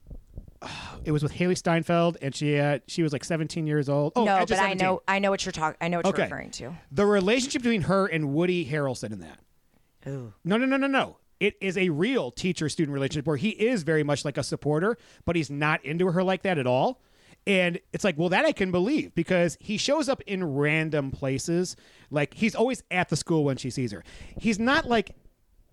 It was with Haley Steinfeld, and she had, she was like 17 years old. Oh, no, Edge but of I 17. know, I know what you're talking. I know what Okay. you're referring to. the relationship between her and Woody Harrelson in that. No, no, no, no, no. It is a real teacher-student relationship where he is very much like a supporter, but he's not into her like that at all. And it's like, well, that I can believe because he shows up in random places. Like he's always at the school when she sees her. He's not like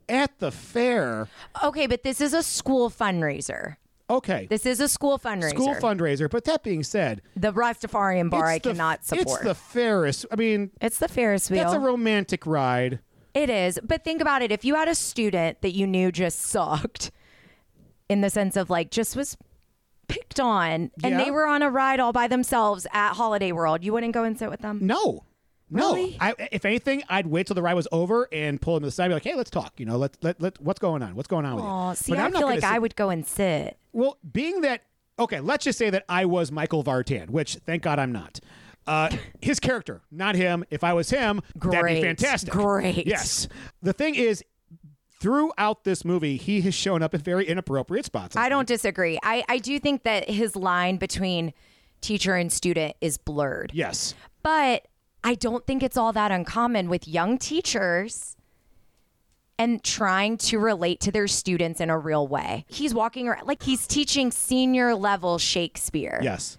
at the fair. Okay, but this is a school fundraiser. Okay, This is a school fundraiser. school fundraiser. But that being said, The Rastafarian bar It's I the- cannot support. It's the Ferris. I mean, It's the Ferris wheel. that's a romantic ride. it is. But think about it. If you had a student that you knew just sucked in the sense of like just was picked on and Yeah. they were on a ride all by themselves at Holiday World, you wouldn't go and sit with them? No, No, Really? I, if anything, I'd wait till the ride was over and pull him to the side, and be like, "Hey, let's talk. You know, let let let what's going on? What's going on with you?" Oh, see, But I I'm not feel gonna like sit- I would go and sit. Well, being that okay, let's just say that I was Michael Vartan, which thank God I'm not. Uh, his character, not him. If I was him, that'd be Great. fantastic. Great. Yes. The thing is, throughout this movie, he has shown up in very inappropriate spots. I don't disagree. I, I do think that his line between teacher and student is blurred. Yes. But I don't think it's all that uncommon with young teachers and trying to relate to their students in a real way. He's walking around like he's teaching senior level Shakespeare. Yes.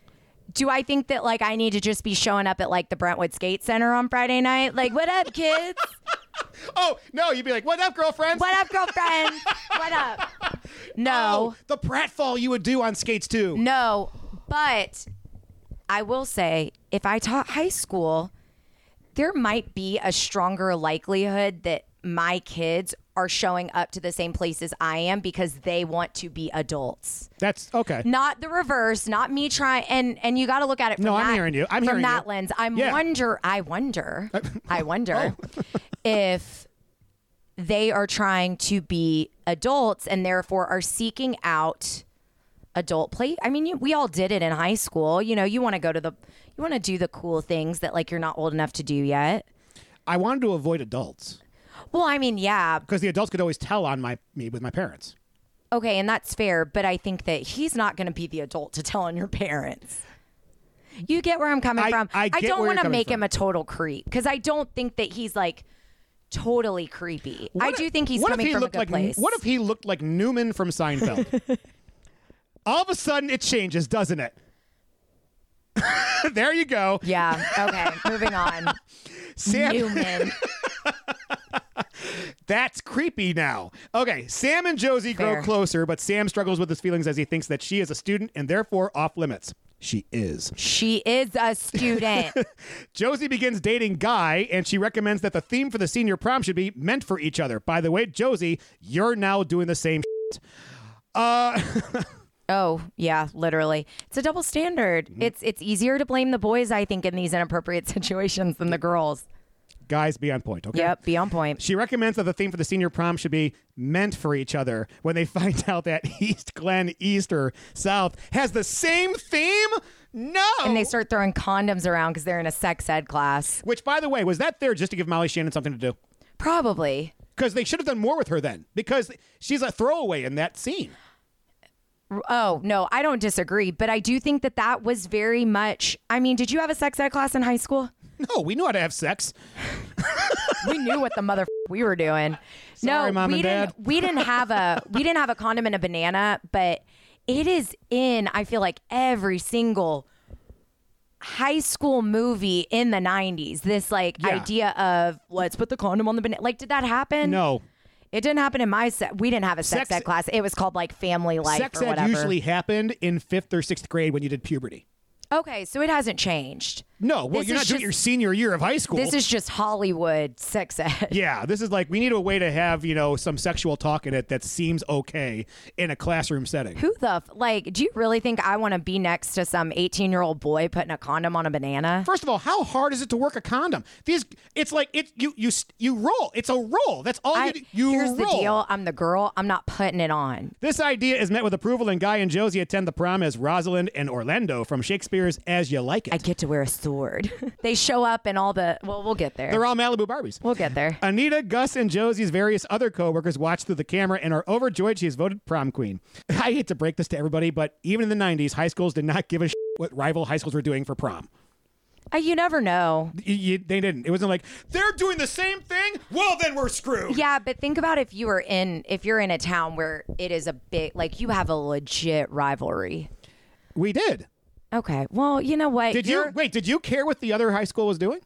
Do I think that like I need to just be showing up at like the Brentwood Skate Center on Friday night? Like, what up, kids? Oh no, you'd be like, "What up, girlfriend?" what up, girlfriend? What up? No. Oh, the pratfall you would do on skates too. No, but I will say if I taught high school, there might be a stronger likelihood that my kids are showing up to the same places I am because they want to be adults. That's okay. Not the reverse, not me trying and and you got to look at it from No, I'm that- hearing you. I'm from hearing that you. lens. I Yeah. Oh. wonder I wonder I wonder if they are trying to be adults and therefore are seeking out adult play. I mean, you, we all did it in high school. You know, you want to go to the, you want to do the cool things that like you're not old enough to do yet. I wanted to avoid adults Well, I mean, yeah, because the adults could always tell on my me with my parents. okay, and that's fair, but I think that he's not going to be the adult to tell on your parents. You get where I'm coming I- from. I get don't where you're want to coming make from. him a total creep because I don't think that he's like totally creepy. I What do if- think he's what if coming he from a looked good like, place. What if he looked like Newman from Seinfeld? All of a sudden, it changes, doesn't it? there you go, Yeah. Okay. Moving on. Sam. Newman. That's creepy now. Okay, Sam and Josie grow Fair. closer, but Sam struggles with his feelings as he thinks that she is a student and therefore off limits. She is. She is a student. Josie begins dating Guy, and she recommends that the theme for the senior prom should be meant for each other. By the way, Josie, you're now doing the same. Uh, Oh, yeah, literally. It's a double standard. Mm-hmm. It's it's easier to blame the boys, I think, in these inappropriate situations than the girls. Guys, be on point, okay? Yep, be on point. She recommends that the theme for the senior prom should be meant for each other when they find out that East Glen, East or South has the same theme? No. And they start throwing condoms around because they're in a sex ed class. Which, by the way, was that there just to give Molly Shannon something to do? Probably. Because they should have done more with her then, because she's a throwaway in that scene. Oh, no, I don't disagree, but I do think that that was very much. I mean, did you have a sex ed class in high school? No, we know how to have sex. We knew what the mother we were doing. Sorry, no, Mom we and didn't. Dad. We didn't have a we didn't have a condom and a banana, but it is in. I feel like every single high school movie in the '90s. This like Yeah. idea of let's put the condom on the banana. Like, did that happen? No. it didn't happen in my set. We didn't have a sex, Sex- ed class. It was called like family life sex or ed whatever. usually happened in fifth or sixth grade when you did puberty. okay, so it hasn't changed. No, well, This you're is not doing it just- your senior year of high school. This is just Hollywood sex ed. yeah, this is like we need a way to have you know some sexual talk in it that seems okay in a classroom setting. Who the f- like? Do you really think I want to be next to some eighteen-year-old boy putting a condom on a banana? First of all, how hard is it to work a condom? These, it's like it you you s- you roll. It's a roll. That's all you I, do. You here's roll. the deal: I'm the girl. I'm not putting it on. This idea is met with approval, and Guy and Josie attend the prom as Rosalind and Orlando from Shakespeare's As You Like It. I get to wear a sword. they show up and all the. Well, we'll get there. They're all Malibu Barbies. we'll get there. Anita, Gus, and Josie's various other coworkers watch through the camera and are overjoyed she is voted prom queen. I hate to break this to everybody, but even in the 90s, high schools did not give a shit what rival high schools were doing for prom. Uh, you never know. Y- y- they didn't. It wasn't like, they're doing the same thing? Well, then we're screwed. Yeah, but think about if you were in if you're in a town where it is a big like you have a legit rivalry. We did. Okay. Well, you know what? Did Your- you, wait, did you care what the other high school was doing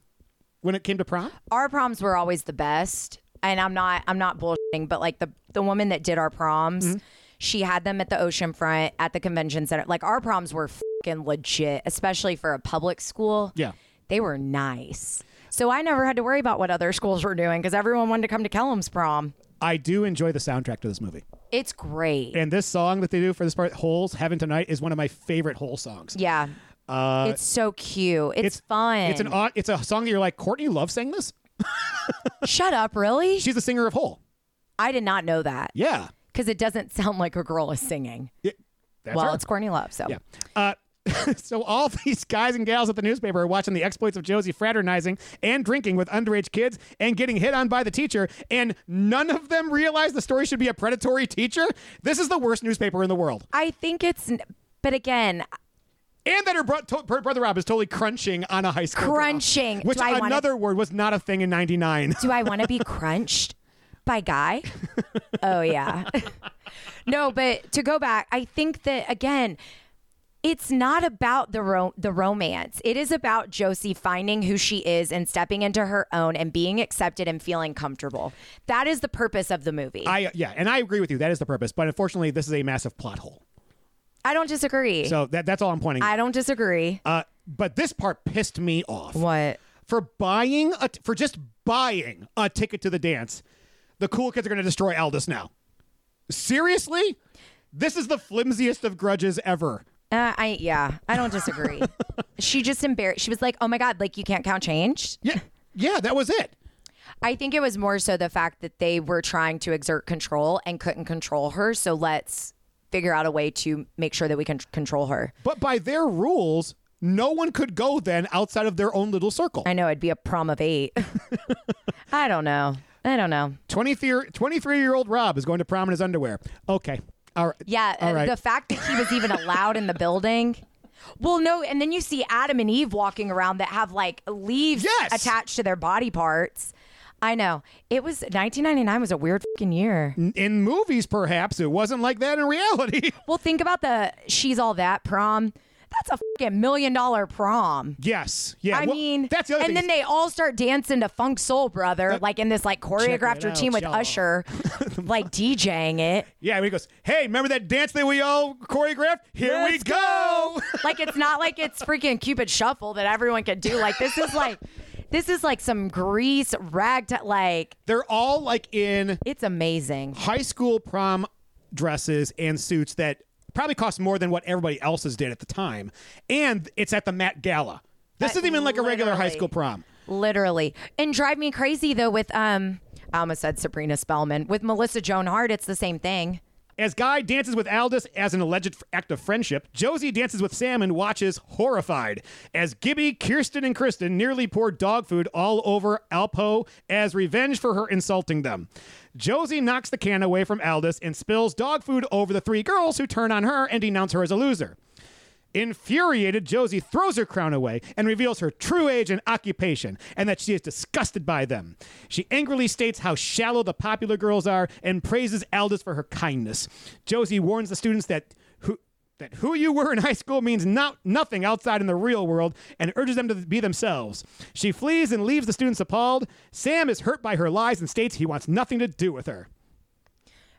when it came to prom? our proms were always the best and i'm not i'm not bullshitting but like the the woman that did our proms Mm-hmm. she had them at the ocean front at the convention center like our proms were fucking legit especially for a public school Yeah. they were nice so i never had to worry about what other schools were doing because everyone wanted to come to kellum's prom I do enjoy the soundtrack to this movie. it's great And this song that they do for this part, Holes, Heaven Tonight, is one of my favorite Hole songs. yeah Uh, it's so cute. It's, fun. It's an odd, it's a song that you're like Courtney Love sang this. Shut up, really? She's the singer of Hole. I did not know that Yeah, because it doesn't sound like a girl is singing. Yeah, that's well, her. it's Courtney Love, so Yeah. Uh, so all these guys and gals at the newspaper are watching the exploits of Josie fraternizing and drinking with underage kids and getting hit on by the teacher, and none of them realize the story should be a predatory teacher. This is the worst newspaper in the world. I think it's. n- But again, And that her, bro- to- her brother Rob is totally crunching on a high school. girl, Crunching. which Do I wanna- another word was not a thing in '99. do I want to be crunched by guy? Oh yeah. no, but to go back, I think that again, it's not about the ro- the romance. It is about Josie finding who she is and stepping into her own and being accepted and feeling comfortable. That is the purpose of the movie. I, I yeah, and I agree with you. That is the purpose, but unfortunately, this is a massive plot hole. don't disagree. So that that's all I'm pointing. I at. don't disagree. Uh, but this part pissed me off. What? for buying a t- for just buying a ticket to the dance, the cool kids are going to destroy Aldous now. Seriously, this is the flimsiest of grudges ever. Uh, I yeah, I don't disagree. she just embarrassed. She was like, "Oh my god, like you can't count change." Yeah, yeah, that was it. I think it was more so the fact that they were trying to exert control and couldn't control her. So let's figure out a way to make sure that we can control her. But by their rules, no one could go then outside of their own little circle. I know it'd be a prom of eight. I don't know. I don't know. 23 year old Rob is going to prom in his underwear. Okay. All right. Yeah, All uh, right. the fact that he was even allowed in the building. Well, no, and then you see Adam and Eve walking around that have like leaves Yes! attached to their body parts. I know. It was 1999 was a weird fucking year. in movies, perhaps it wasn't like that in reality. Well, think about the she's all that prom. That's a fucking million dollar prom. yes. Yeah. I well, mean, that's the other and thing. then they all start dancing to Funk Soul Brother, like in this like choreographed it out, routine with y'all. Usher, like DJing it. yeah. He goes, "Hey, remember that dance that we all choreographed? Here we Let's go. Like it's not like it's freaking Cupid Shuffle that everyone could do. Like this is like, this is like some grease ragtag. Like They're all like in it's amazing. high school prom dresses and suits that probably cost more than what everybody else's did at the time. And it's at the Met Gala. This I- isn't even like a regular high literally. school prom. literally and drive me crazy though with um i almost said sabrina spellman with melissa joan hart it's the same thing As Guy dances with Aldous as an alleged f- act of friendship, Josie dances with Sam and watches horrified as Gibby, Kirsten, and Kristen nearly pour dog food all over Alpo as revenge for her insulting them. Josie knocks the can away from Aldous and spills dog food over the three girls who turn on her and denounce her as a loser. Infuriated, Josie throws her crown away and reveals her true age and occupation, and that she is disgusted by them. She angrily states how shallow the popular girls are and praises Aldous for her kindness. Josie warns the students that who that who you were in high school means not nothing outside in the real world and urges them to be themselves. She flees and leaves the students appalled. Sam is hurt by her lies and states he wants nothing to do with her.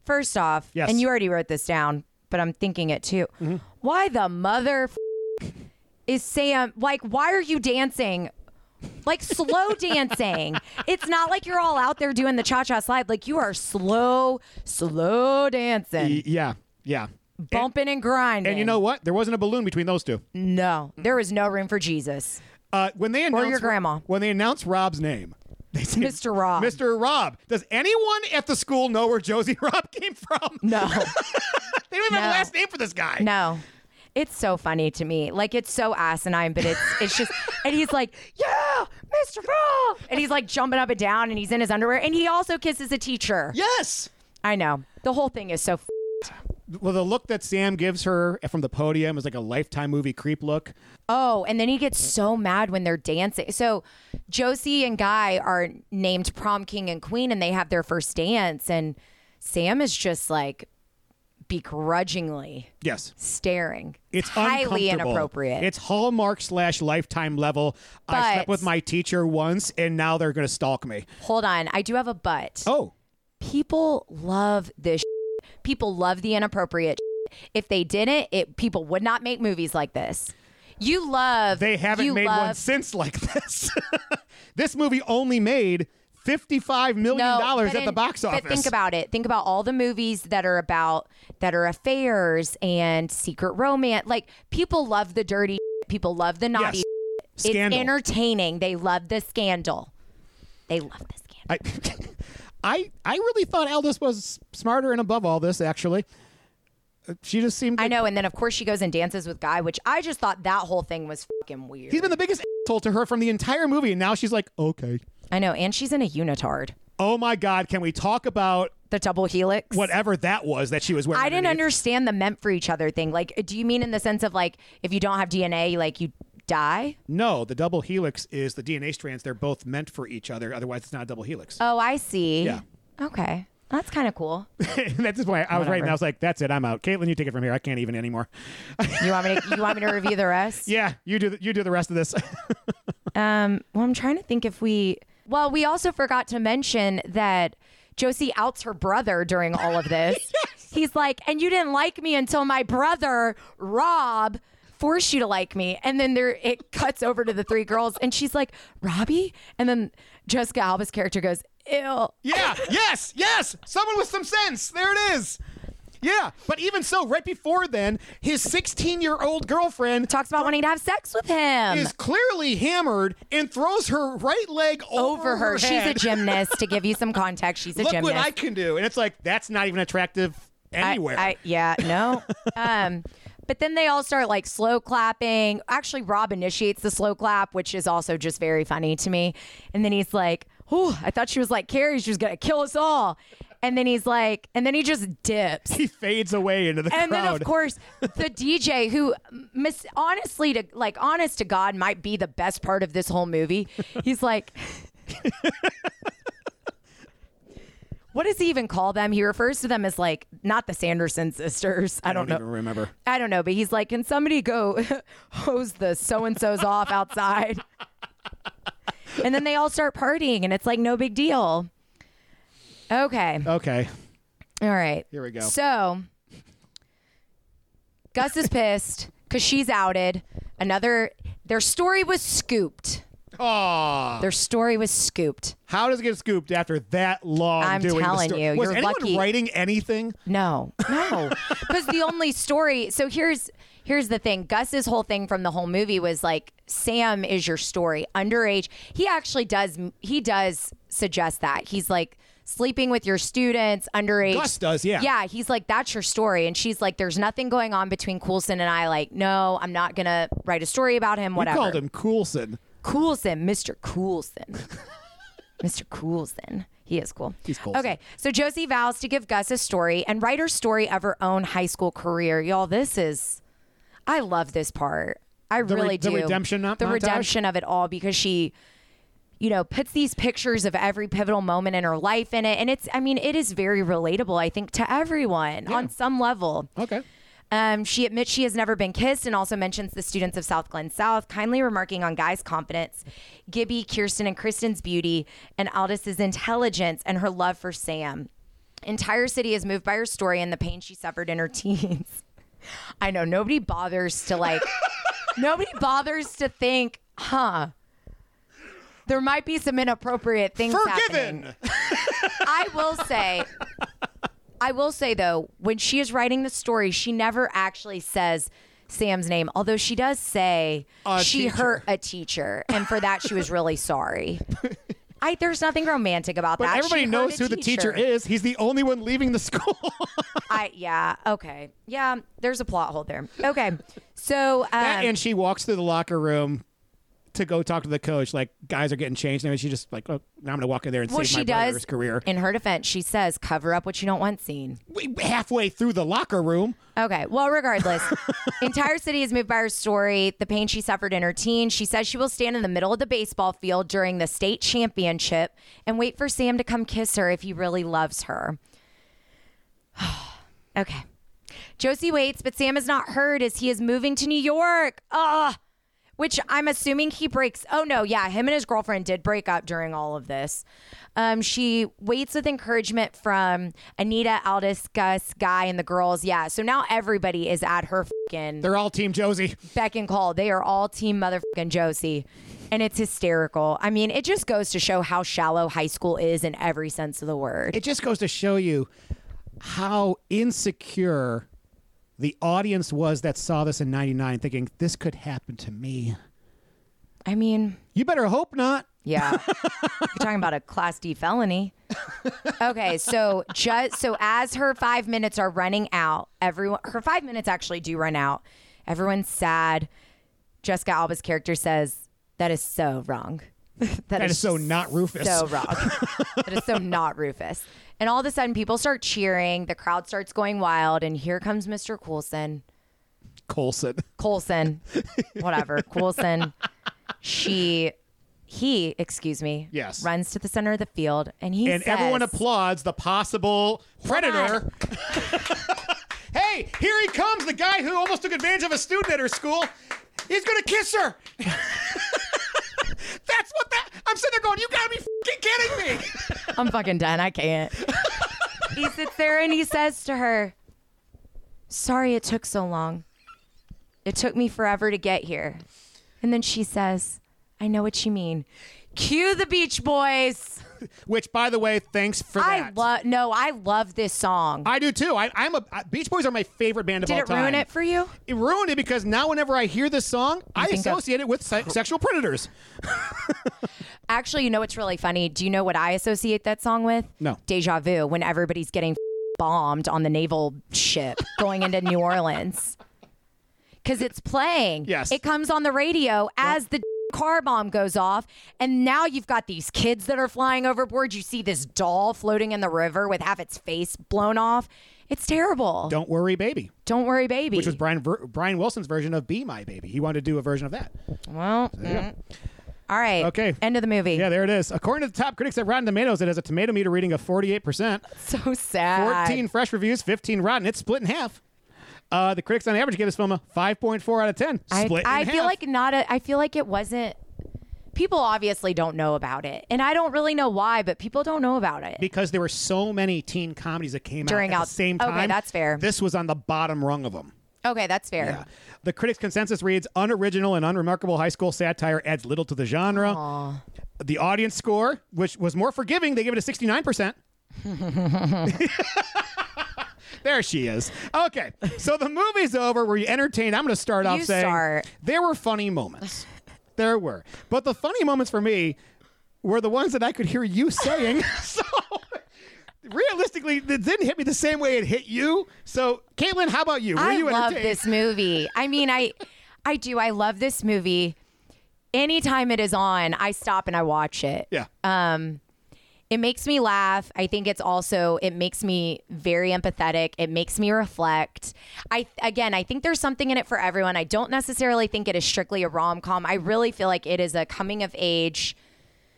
first off Yes. Mm-hmm. and you already wrote this down but i'm thinking it too why the mother f- is sam like why are you dancing like slow dancing it's not like you're all out there doing the cha-cha slide like you are slow slow dancing Y- yeah, yeah. bumping and, grinding And you know what? There wasn't a balloon between those two. no there is no room for jesus Uh, when they announce your grandma. When they announce Rob's name, they say, Mr. Rob. Mr. Rob. Does anyone at the school know where Josie Rob came from? no They don't even have a No. last name for this guy. No. It's so funny to me. Like it's so asinine, but it's it's just and he's like, Yeah, Mr. Rob and he's like jumping up and down and he's in his underwear and he also kisses a teacher. Yes. I know. The whole thing is so f- Well, the look that Sam gives her from the podium is like a lifetime movie creep look. Oh, and then he gets so mad when they're dancing. So Josie and Guy are named prom king and queen and they have their first dance and Sam is just like begrudgingly Yes. staring. It's uncomfortable. highly inappropriate. It's Hallmark slash Lifetime level. I But- slept with my teacher once, and now they're going to stalk me. Hold on, I do have a but. Oh, people love this. shit. People love the inappropriate. shit. If they didn't, it people would not make movies like this. You love. they haven't you made one love- since like this. this movie only made fifty-five million No, dollars but at the in- box office. But think about it. Think about all the movies that are about that are affairs and secret romance. Like people love the dirty. shit. People love the naughty. Yes. It's Scandal. entertaining. They love the scandal. They love the scandal. I, I, I really thought Aldous was smarter and above all this. Actually, Uh, she just seemed. I like- know. And then of course she goes and dances with Guy, which I just thought that whole thing was fucking weird. He's been the biggest asshole to her from the entire movie, and now she's like, okay. I know. And she's in a unitard. Oh my God! Can we talk about The double helix. whatever that was that she was wearing? I didn't underneath? understand the meant for each other thing. Like, do you mean in the sense of like if you don't have DNA, like you die? No, the double helix is the DNA strands. They're both meant for each other. Otherwise, it's not a double helix. Oh, I see. Yeah. Okay. That's kind of cool. And At this point, I was right, and I was like, "That's it. I'm out." Caitlin, you take it from here. I can't even anymore. You want me to you want me to review the rest? Yeah, you do. The, you do the rest of this. Um, well, I'm trying to think if we Well, we also forgot to mention that Josie outs her brother during all of this. He's like, "And you didn't like me until my brother, Rob, forced you to like me." And then there it cuts over to the three girls and she's like, "Robbie?" And then Jessica Alba's character goes, "Ew." yeah. Yes. Yes. Someone with some sense. There it is. Yeah. But even so, right before then, his 16 year old girlfriend talks about wanting to have sex with him is clearly hammered and throws her right leg over, over her. She's a head. gymnast. to give you some context, she's a Look gymnast. what I can do, and it's like that's not even attractive I- anywhere. I- yeah, no. um, but then they all start like slow clapping. Actually, Rob initiates the slow clap, which is also just very funny to me. And then he's like, "Oh, I thought she was like Carrie. She was gonna kill us all." And then he's like, and then he just dips. he fades away into the and crowd. then of course the DJ who mis- honestly to like honest to God might be the best part of this whole movie. He's like What does he even call them? He refers to them as like not the Sanderson sisters. I, I don't know. even remember. I don't know, but he's like, can somebody go hose the so and so's off outside? and then they all start partying, and it's like no big deal. Okay. Okay. All right. Here we go. So Gus is pissed because she's outed. Another, their story was scooped. Aw. Their story was scooped. How does it get scooped after that long? I'm doing the telling story? you, was you're anyone lucky. writing anything? No, no, because the only story. So here's here's the thing. Gus's whole thing from the whole movie was like Sam is your story. Underage. He actually does. He does suggest that he's like sleeping with your students underage Gus does, yeah. yeah he's like that's your story and she's like there's nothing going on between coulson and i like no i'm not gonna write a story about him You whatever called him Coulson. Coulson, Mr. Coulson. Mr. Coulson. He is cool. He's Coulson. Okay, so Josie vows to give Gus a story and write her story of her own high school career. Y'all, this is, I love this part. I re- really the do. redemption not the montage? redemption of it all because she, you know, puts these pictures of every pivotal moment in her life in it, and it's, I mean, it is very relatable. I think to everyone on some level. Okay. Um, she admits she has never been kissed and also mentions the students of South Glen South, kindly remarking on Guy's confidence, Gibby, Kirsten, and Kristen's beauty, and Aldis's intelligence and her love for Sam. Entire city is moved by her story and the pain she suffered in her teens. I know nobody bothers to like, nobody bothers to think, huh? There might be some inappropriate things happening. Forgiven. I will say, I will say though, when she is writing the story, she never actually says Sam's name, although she does say A she teacher. hurt a teacher, and for that she was really sorry. I, there's nothing romantic about But that. She everybody hurt knows a who the teacher is. He's the only one leaving the school. I yeah okay yeah. There's a plot hole there. Okay, so um, and she walks through the locker room to go talk to the coach. Like guys are getting changed, and she just like, oh, now I'm gonna walk in there and well, save she my does brother's career. in her defense. She says cover up what you don't want seen. We- Halfway through the locker room, Okay. Well, regardless, entire city is moved by her story, the pain she suffered in her teen. She says she will stand in the middle of the baseball field during the state championship and wait for Sam to come kiss her if he really loves her. okay. Josie waits, but Sam is not heard as he is moving to New York. Ugh. Which I'm assuming he breaks. Oh no, yeah, him and his girlfriend did break up during all of this. Um, she waits with encouragement from Anita, Aldis, Gus, Guy, and the girls. Yeah, so now everybody is at her fucking they're all Team Josie. beck and call. They are all team motherfucking Josie, and it's hysterical. I mean, it just goes to show how shallow high school is in every sense of the word. It just goes to show you how insecure the audience was that saw this in 99 thinking, this could happen to me? I mean, You better hope not. yeah. You're talking about a class D felony. Okay, so just so as her five minutes are running out, everyone her five minutes actually do run out. Everyone's sad. Jessica Alba's character says, That is so wrong. That is so not Rufus. So wrong. that is so not Rufus. And all of a sudden, people start cheering. The crowd starts going wild, and here comes Mr. Coulson. Colson. Coulson, whatever. Coulson. She, he, excuse me. Yes. Runs to the center of the field, and he And says, everyone applauds the possible predator. hey, here he comes, the guy who almost took advantage of a student at her school. He's going to kiss her. That's what that. I'm sitting there going, you got to be fing kidding me. I'm fucking done. I can't. he sits there and he says to her, Sorry it took so long. It took me forever to get here. And then she says, I know what you mean. Cue the Beach Boys. Which, by the way, thanks for I that. love, no, I love this song. I do too. I, I'm a I- Beach Boys are my favorite band of Did all it time. ruin it for you? It ruined it because now whenever I hear this song, I think of- associate it with se- sexual predators. Actually, you know what's really funny? Do you know what I associate that song with? No. Deja vu, when everybody's getting bombed on the naval ship going into New Orleans. Because it's playing. Yes. It comes on the radio as the car bomb goes off. And now you've got these kids that are flying overboard. You see this doll floating in the river with half its face blown off. It's terrible. Don't worry, baby, Don't worry, baby. which was Brian Ver- Brian Wilson's version of "Be My Baby." He wanted to do a version of that. well, mm. all right. Okay. End of the movie. Yeah, there it is. According to the top critics at Rotten Tomatoes, it has a tomato meter reading of 48%, so sad. 14 fresh reviews, 15 rotten. It's split in half. Uh, the critics on average gave this film a 5.4 out of 10. I, Split in I feel half. like not a I feel like it wasn't people obviously don't know about it. And I don't really know why, but people don't know about it. because there were so many teen comedies that came During out at out- the same okay, time. that's fair. This was on the bottom rung of them. okay, that's fair. Yeah. The critics' consensus reads unoriginal and unremarkable high school satire adds little to the genre. The audience score, which was more forgiving, they give it a 69%. there she is. Okay. So the movie's over. Were you entertained? I'm going to start off You saying start. there were funny moments. there were. But the funny moments for me were the ones that I could hear you saying. so realistically, it didn't hit me the same way it hit you. So, Caitlin, how about you? Were I you love entertained? this movie. I mean, I I do. I love this movie. Anytime it is on, I stop and I watch it. Yeah. It makes me laugh. I think it's also it makes me very empathetic. It makes me reflect. I again, I think there's something in it for everyone. I don't necessarily think it is strictly a rom-com. I really feel like it is a coming of age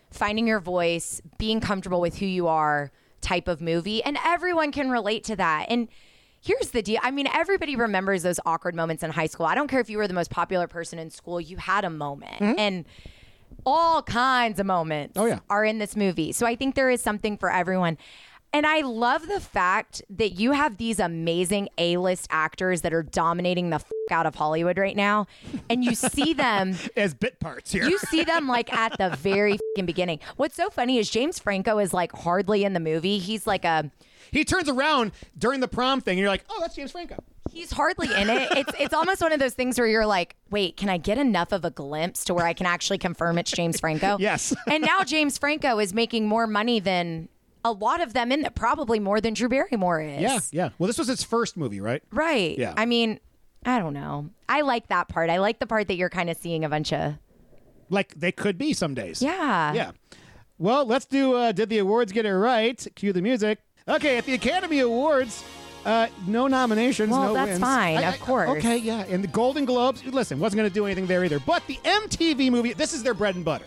finding your voice, being comfortable with who you are type of movie. And everyone can relate to that. And here's the deal I mean, everybody remembers those awkward moments in high school. I don't care if you were the most popular person in school, you had a moment. And all kinds of moments Oh, yeah. are in this movie. So I think there is something for everyone. And I love the fact that you have these amazing A list actors that are dominating the f- out of Hollywood right now. And you see them as bit parts here. you see them like at the very fing beginning. What's so funny is James Franco is like hardly in the movie. He's like a he turns around during the prom thing, and you're like, "Oh, that's James Franco." he's hardly in it. It's it's almost one of those things where you're like, wait, can I get enough of a glimpse to where I can actually confirm it's James Franco? Yes. and now James Franco is making more money than a lot of them in the probably more than Drew Barrymore is. Yeah, yeah. Well, this was his first movie, right? Right. Yeah. I mean, I don't know. I like that part. I like the part that you're kind of seeing a bunch of Like they could be some days. Yeah. Yeah. Well, let's do. Uh, did the awards get it right? Cue the music. Okay, at the Academy Awards, uh, no nominations, Well, no that's wins. fine, of course. Okay, yeah. And the Golden Globes, listen, wasn't going to do anything there either. But the MTV movie, this is their bread and butter.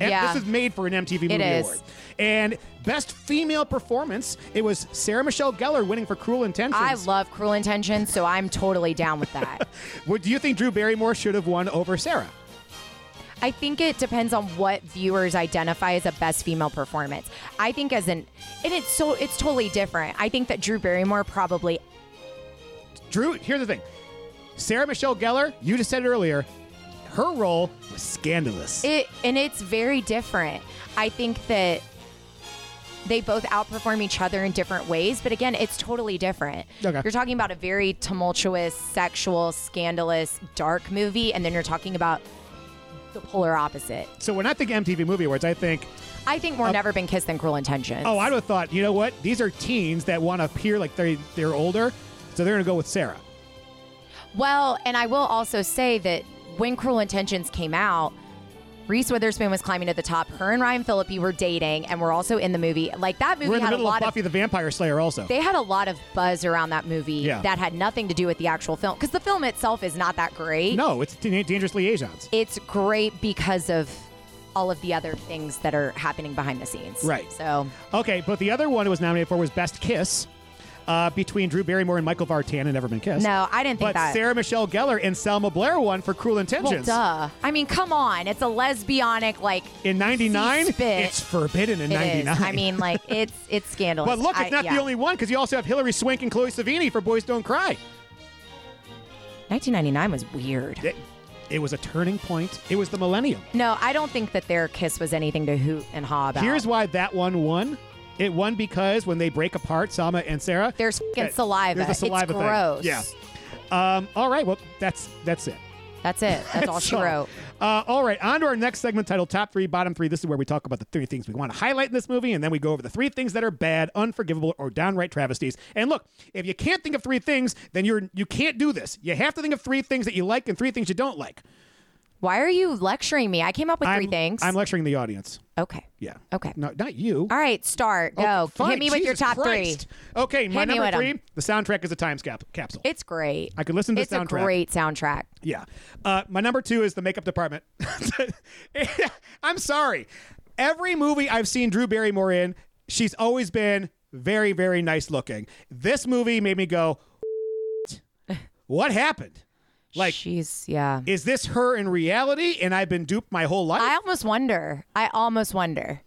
And Yeah. This is made for an MTV Movie It is. Award. And best female performance, it was Sarah Michelle Gellar winning for Cruel Intentions. I love Cruel Intentions, so I'm totally down with that. Would do you think Drew Barrymore should have won over Sarah? I think it depends on what viewers identify as a best female performance. I think as an and it's so it's totally different. I think that Drew Barrymore probably Drew, here's the thing. Sarah Michelle Gellar, you just said it earlier, her role was scandalous. it and it's very different. I think that they both outperform each other in different ways, but again, it's totally different. Okay. You're talking about a very tumultuous, sexual, scandalous, dark movie, and then you're talking about the polar opposite. So when I think MTV Movie Awards, I think, I think more Never Been Kissed Than Cruel Intentions. Uh, oh, I'd have thought, you know what? These are teens that want to appear like they they're older, so they're gonna go with Sarah. Well, and I will also say that when Cruel Intentions came out, Reese Witherspoon was climbing to the top. Her and Ryan Phillippe were dating, and were also in the movie. Like that movie We're in the had a middle of lot Buffy the Vampire Slayer, also. they had a lot of buzz around that movie Yeah. that had nothing to do with the actual film because the film itself is not that great. no, it's Dan- Dangerous Liaisons. It's great because of all of the other things that are happening behind the scenes. Right. So Okay, but the other one it was nominated for was Best Kiss uh, between Drew Barrymore and Michael Vartan and Never Been Kissed. no, I didn't think But that. Sarah Michelle Gellar and Selma Blair won for Cruel well, Intentions. duh. I mean, come on. It's a lesbionic like In 99, C-spit. it's forbidden in It is. 99. I mean, like it's it's scandalous. But look, it's I- not yeah. the only one because you also have Hillary Swank and Chloe Savini for Boys Don't Cry. 1999 was weird. It, it was a turning point. It was the millennium. No, I don't think that their kiss was anything to hoot and haw about. Here's why that one won. It won because when they break apart, Selma and Sarah, there's fucking that- saliva. There's the saliva it's thing. gross. Yeah. Um, all right. Well, that's that's it. That's it. That's all she So, wrote. Uh, all right, on to our next segment titled Top Three, Bottom Three. This is where we talk about the three things we want to highlight in this movie, and then we go over the three things that are bad, unforgivable, or downright travesties. And look, if you can't think of three things, then you're you can't do this. You have to think of three things that you like and three things you don't like. Why are you lecturing me? I came up with I'm, three things. I'm lecturing the audience. okay. Yeah. Okay. No, not you. All right, start. Go. Okay, fine, Hit me with your Jesus top Christ. three. Okay, my Hit me number with 'em. three. The soundtrack is a time cap- capsule. It's great. I could listen to the it's soundtrack. It's a great soundtrack. Yeah. Uh, my number two is the makeup department. I'm sorry. Every movie I've seen Drew Barrymore in, she's always been very, very nice looking. This movie made me go, what happened? Like, she's yeah. is this her in reality? And I've been duped my whole life. I almost wonder. I almost wonder.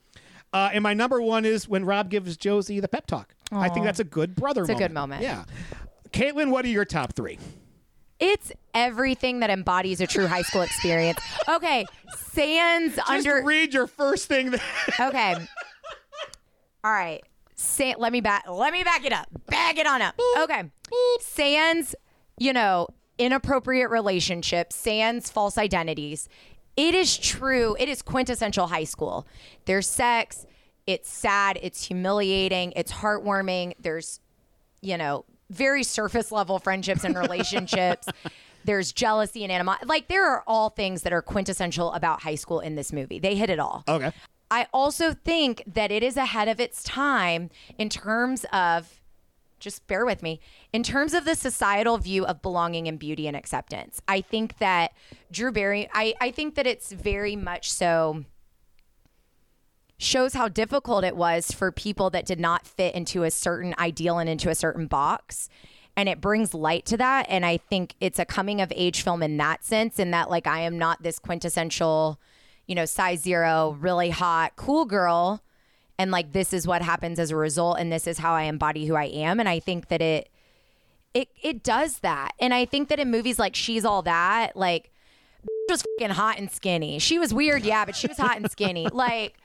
Uh, and my number one is when Rob gives Josie the pep talk. I think that's a good brother It's a moment. good moment. Yeah. Caitlin, what are your top three? It's everything that embodies a true high school experience. Okay, Sans under Just read your first thing. That- Okay. All right. Sa- let me back. Let me back it up. Back it on up. Okay. Sans, you know, inappropriate relationships. Sans false identities. It is true. It is quintessential high school. There's sex. It's sad. It's humiliating. It's heartwarming. There's you know, very surface level friendships and relationships. There's jealousy and animosity. Like, there are all things that are quintessential about high school in this movie. They hit it all. okay. I also think that it is ahead of its time in terms of, just bear with me, in terms of the societal view of belonging and beauty and acceptance. I think that Drew Barry, I, I think that it's very much so shows how difficult it was for people that did not fit into a certain ideal and into a certain box. And it brings light to that. And I think it's a coming of age film in that sense, in that, like, I am not this quintessential, you know, size zero, really hot, cool girl. And, like, this is what happens as a result. And this is how I embody who I am. And I think that it, it, it does that. And I think that in movies like She's All That, like, was fucking hot and skinny. She was weird, yeah, but she was hot and skinny. Like,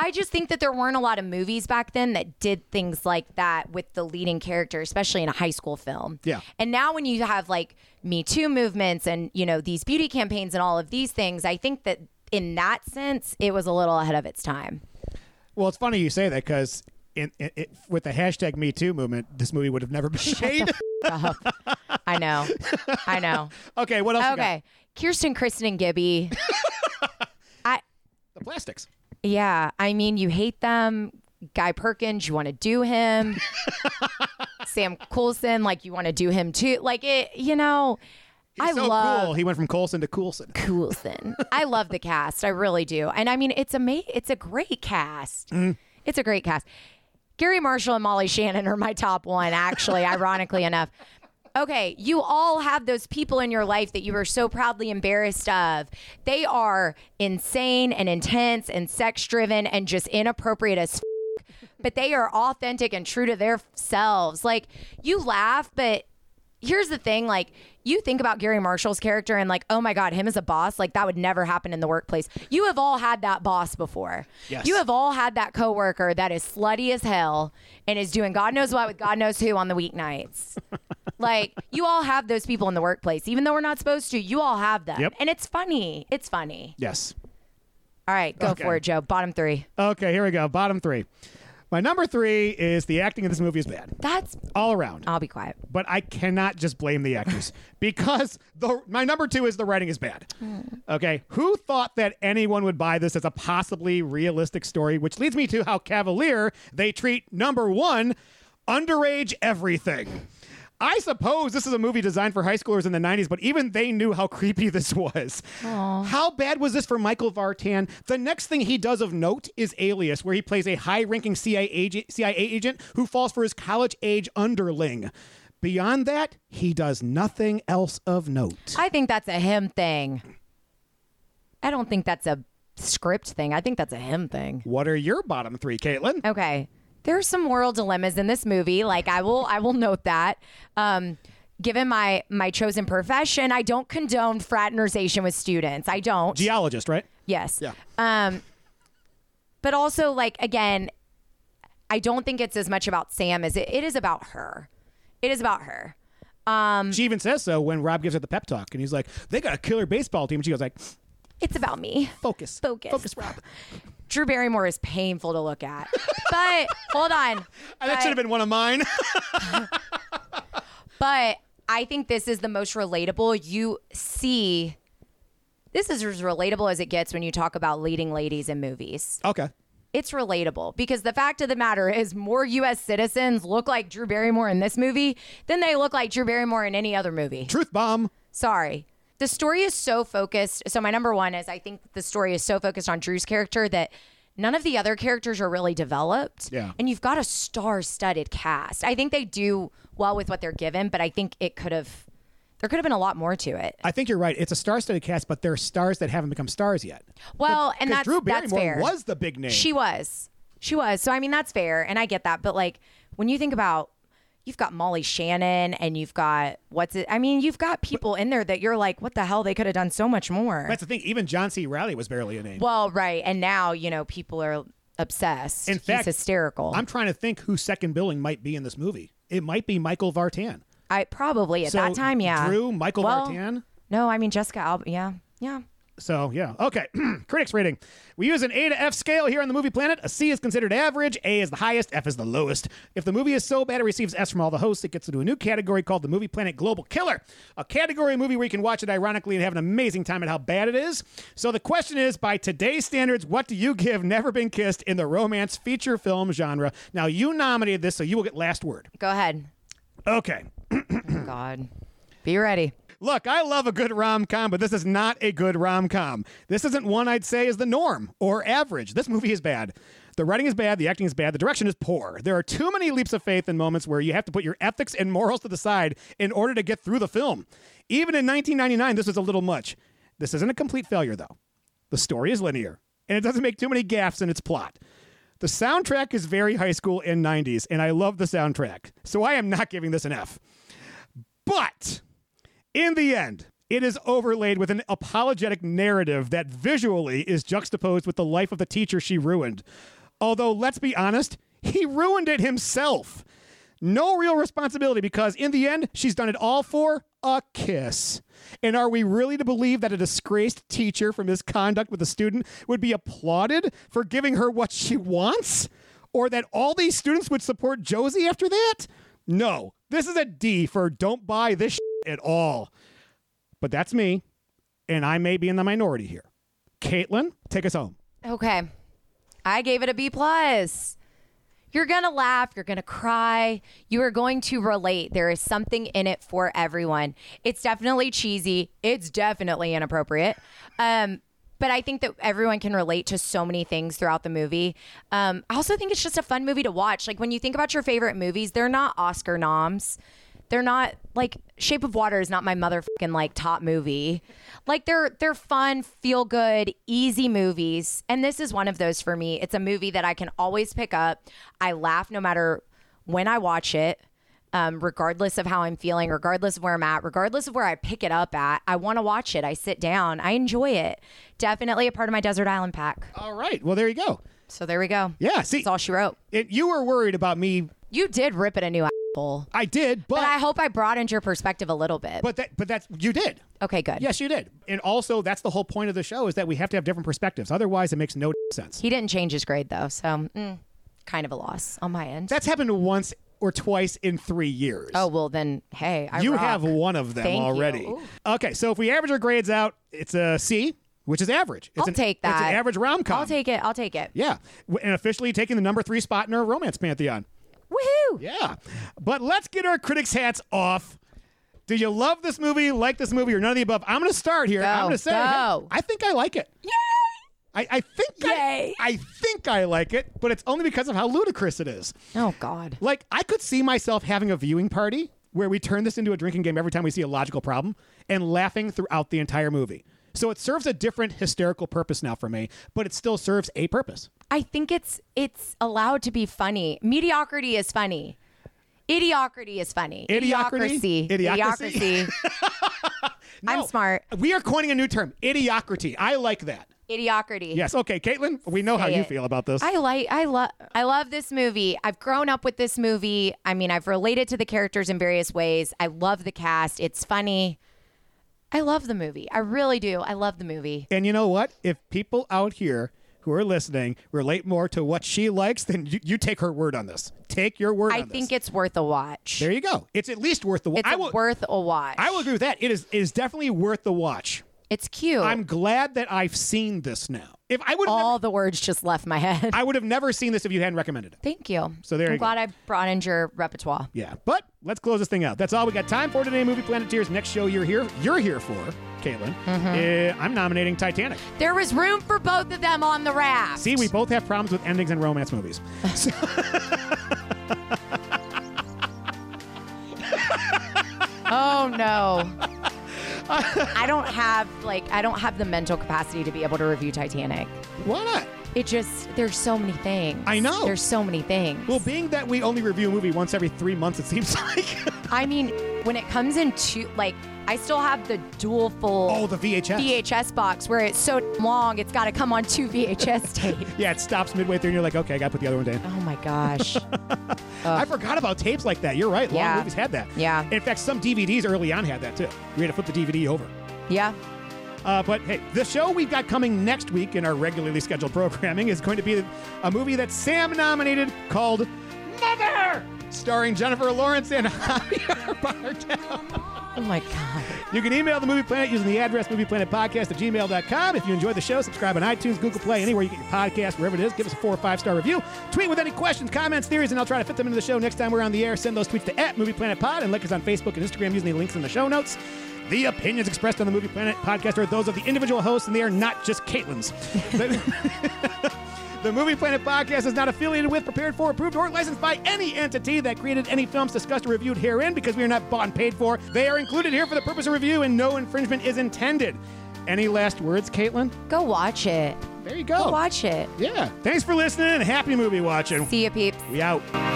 I just think that there weren't a lot of movies back then that did things like that with the leading character, especially in a high school film. Yeah. And now when you have like Me Too movements and, you know, these beauty campaigns and all of these things, I think that in that sense, it was a little ahead of its time. Well, it's funny you say that because in, in, it, with the hashtag Me Too movement, this movie would have never been made. I know. I know. okay, what else? you got? Okay. Kirsten, Kristen, and Gibby. I, the plastics. Yeah, I mean, you hate them. Guy Perkins, you want to do him. Sam Coulson, like you want to do him too. Like it, you know. I He's so love cool. He went from Colson to Coulson. Coulson. I love the cast. I really do. And I mean, it's a ma- it's a great cast. It's a great cast. Gary Marshall and Molly Shannon are my top one, actually, ironically enough. Okay, you all have those people in your life that you are so proudly embarrassed of. They are insane and intense and sex driven and just inappropriate as but they are authentic and true to their selves. Like you laugh, but here's the thing like you think about Gary Marshall's character and like oh my god him as a boss like that would never happen in the workplace. You have all had that boss before. Yes. You have all had that coworker that is slutty as hell and is doing god knows what with god knows who on the weeknights. like you all have those people in the workplace even though we're not supposed to. You all have them. Yep. And it's funny. It's funny. Yes. All right, go Okay. for it, Joe. Bottom 3. Okay, here we go. Bottom three. My number three is the acting in this movie is bad That's all around. I'll be quiet. but I cannot just blame the actors because the my number two is the writing is bad. Okay, who thought that anyone would buy this as a possibly realistic story? Which leads me to how cavalier they treat number one, underage everything. I suppose this is a movie designed for high schoolers in the 90s, but even they knew how creepy this was. How bad was this for Michael Vartan? The next thing he does of note is Alias, where he plays a high ranking CIA agent, CIA agent who falls for his college age underling. Beyond that, he does nothing else of note. I think that's a him thing. I don't think that's a script thing. I think that's a him thing. what are your bottom three, Caitlin? Okay. There's some moral dilemmas in this movie. Like I will I will note that. Um given my my chosen profession, I don't condone fraternization with students. I don't. Geologist, right? yes. Yeah. Um but also like again, I don't think it's as much about Sam as it, it is about her. It is about her. Mm. She even says so when Rob gives her the pep talk, and he's like, "They got a killer baseball team." And she goes like, It's about me. "Focus, Focus. focus, Rob." Drew Barrymore is painful to look at. But hold on. And that should have been one of mine. But I think this is the most relatable you see. This is as relatable as it gets when you talk about leading ladies in movies. okay. It's relatable because the fact of the matter is more US citizens look like Drew Barrymore in this movie than they look like Drew Barrymore in any other movie. Truth bomb. Sorry. The story is so focused. So my number one is I think that the story is so focused on Drew's character that none of the other characters are really developed. Yeah. And you've got a star-studded cast. I think they do well with what they're given, but I think it could have there could have been a lot more to it. I think you're right. It's a star-studded cast, but they're stars that haven't become stars yet. Well, and 'Cause that's Drew that's Barrymore fair. was the big name. She was. She was. So I mean that's fair and I get that, but like when you think about you've got Molly Shannon and you've got what's it I mean you've got people in there that you're like what the hell they could have done so much more. That's the thing. Even John C. Riley was barely a name. Well, right, and now you know people are obsessed. In He's fact, hysterical. I'm trying to think who second billing might be in this movie. It might be Michael Vartan. I probably at So, that time, yeah. Drew, Michael Well, Vartan. No, I mean Jessica Alba. Yeah, yeah. So yeah, okay. Critics rating: We use an A to F scale here on the Movie Planet. A C is considered average. A is the highest. F is the lowest. If the movie is so bad it receives S from all the hosts, it gets into a new category called the Movie Planet Global Killer, a category of movie where you can watch it ironically and have an amazing time at how bad it is. So the question is, by today's standards, what do you give Never Been Kissed in the romance feature film genre? Now you nominated this, so you will get last word. Go ahead. Okay. God, be ready. Look, I love a good rom com, but this is not a good rom com. This isn't one I'd say is the norm or average. This movie is bad. The writing is bad, the acting is bad, the direction is poor. There are too many leaps of faith and moments where you have to put your ethics and morals to the side in order to get through the film. Even in 1999, this was a little much. This isn't a complete failure, though. The story is linear, and it doesn't make too many gaffes in its plot. The soundtrack is very high school and 90s, and I love the soundtrack, so I am not giving this an F. But in the end, it is overlaid with an apologetic narrative that visually is juxtaposed with the life of the teacher she ruined. Although, let's be honest, he ruined it himself. No real responsibility because, in the end, she's done it all for a kiss. And are we really to believe that a disgraced teacher from his conduct with a student would be applauded for giving her what she wants? Or that all these students would support Josie after that? No, this is a D for don't buy this at all. But that's me, and I may be in the minority here. Caitlin, take us home. Okay, I gave it a B plus. You're gonna laugh. You're gonna cry. You are going to relate. There is something in it for everyone. It's definitely cheesy. It's definitely inappropriate. Um, but I think that everyone can relate to so many things throughout the movie. Um, I also think it's just a fun movie to watch. Like when you think about your favorite movies, they're not Oscar noms. They're not like Shape of Water is not my motherfucking like top movie. Like they're they're fun, feel good, easy movies. And this is one of those for me. It's a movie that I can always pick up. I laugh no matter when I watch it. um, regardless of how I'm feeling, regardless of where I'm at, regardless of where I pick it up at. I want to watch it. I sit down. I enjoy it. Definitely a part of my desert island pack. All right. Well, there you go. So there we go. Yeah. See, That's all she wrote. it, you were worried about me. You did rip it a new asshole. I did, but But I hope I broadened your perspective a little bit. but that but that's you did. okay, good. Yes, you did. And also, that's the whole point of the show is that we have to have different perspectives. Otherwise, it makes no sense. He didn't change his grade though, so mm, kind of a loss on my end. That's happened once or twice in three years. oh well, then hey, I you rock. have one of them Thank you. already. Ooh. Okay, so if we average our grades out, it's a C, which is average. It's I'll an, take It's that. an average rom com. I'll take it. I'll take it. Yeah, W- and officially taking the number three spot in our romance pantheon. Woohoo! Yeah, but let's get our critics' hats off. Do you love this movie, like this movie, or none of the above? I'm going to start here. I'm Go, going to say, go. hey, I think I like it. Yay! I, I think Yay. I, I think I like it, but it's only because of how ludicrous it is. Oh God. Like I could see myself having a viewing party where we turn this into a drinking game every time we see a logical problem and laughing throughout the entire movie. So it serves a different hysterical purpose now for me, but it still serves a purpose. I think it's it's allowed to be funny. Mediocrity is funny. Idiocracy is funny. Idiocracy? Idiocracy? Idiocracy. I'm smart. We are coining a new term, idiocracy. I like that. Idiocracy. Yes. Okay, Caitlin, we know how Say you it. feel about this. I like I love I love this movie. I've grown up with this movie. I mean, I've related to the characters in various ways. I love the cast. It's funny. I love the movie. I really do. I love the movie. and you know what? If people out here who are listening relate more to what she likes, then you, you take her word on this. Take your word I on think this. it's worth a watch. There you go. It's at least worth the watch. it's I a will, worth a watch. I will agree with that. It is, it is definitely worth the watch. It's cute. I'm glad that I've seen this now. If I would have Oh. All never, the words just left my head. I would have never seen this if you hadn't recommended it. Thank you. So there I'm you go. glad I brought in your repertoire. Yeah. But let's close this thing out. That's all we got time for today, Movie Planeteers. Next show you're here you're here for, Caitlin. Mm-hmm. Uh, I'm nominating Titanic. There was room for both of them on the raft. See, we both have problems with endings in romance movies. So- Oh no. I don't have like I don't have the mental capacity to be able to review Titanic. why not? It just there's so many things. I know. There's so many things. Well, being that we only review a movie once every three months, it seems like. I mean, when it comes into like I still have the dual full oh, the VHS. VHS box where it's so long it's got to come on two VHS tapes. Yeah, it stops midway through and you're like, okay, I gotta put the other one down. Oh my gosh. I forgot about tapes like that. You're right. Long Yeah. movies had that. Yeah. In fact, some DVDs early on had that too. We had to flip the DVD over. yeah. Uh, but hey, the show we've got coming next week in our regularly scheduled programming is going to be a movie that Sam nominated called Mother, starring Jennifer Lawrence and Javier Bardem. Oh my god. You can email the Movie Planet using the address movieplanetpodcast at gmail.com. If you enjoyed the show, subscribe on iTunes, Google Play, anywhere you get your podcast, wherever it is. Give us a four or five star review. Tweet with any questions, comments, theories, and I'll try to fit them into the show next time we're on the air. Send those tweets to at movieplanetpod and like us on Facebook and Instagram using the links in the show notes. The opinions expressed on the Movie Planet podcast are those of the individual hosts, and they are not just Caitlin's. The Movie Planet podcast is not affiliated with, prepared for, approved, or licensed by any entity that created any films discussed or reviewed herein because we are not bought and paid for. They are included here for the purpose of review and no infringement is intended. Any last words, Caitlin? Go watch it. There you Go go. watch it. Yeah. Thanks for listening and happy movie watching. See you peeps. We out.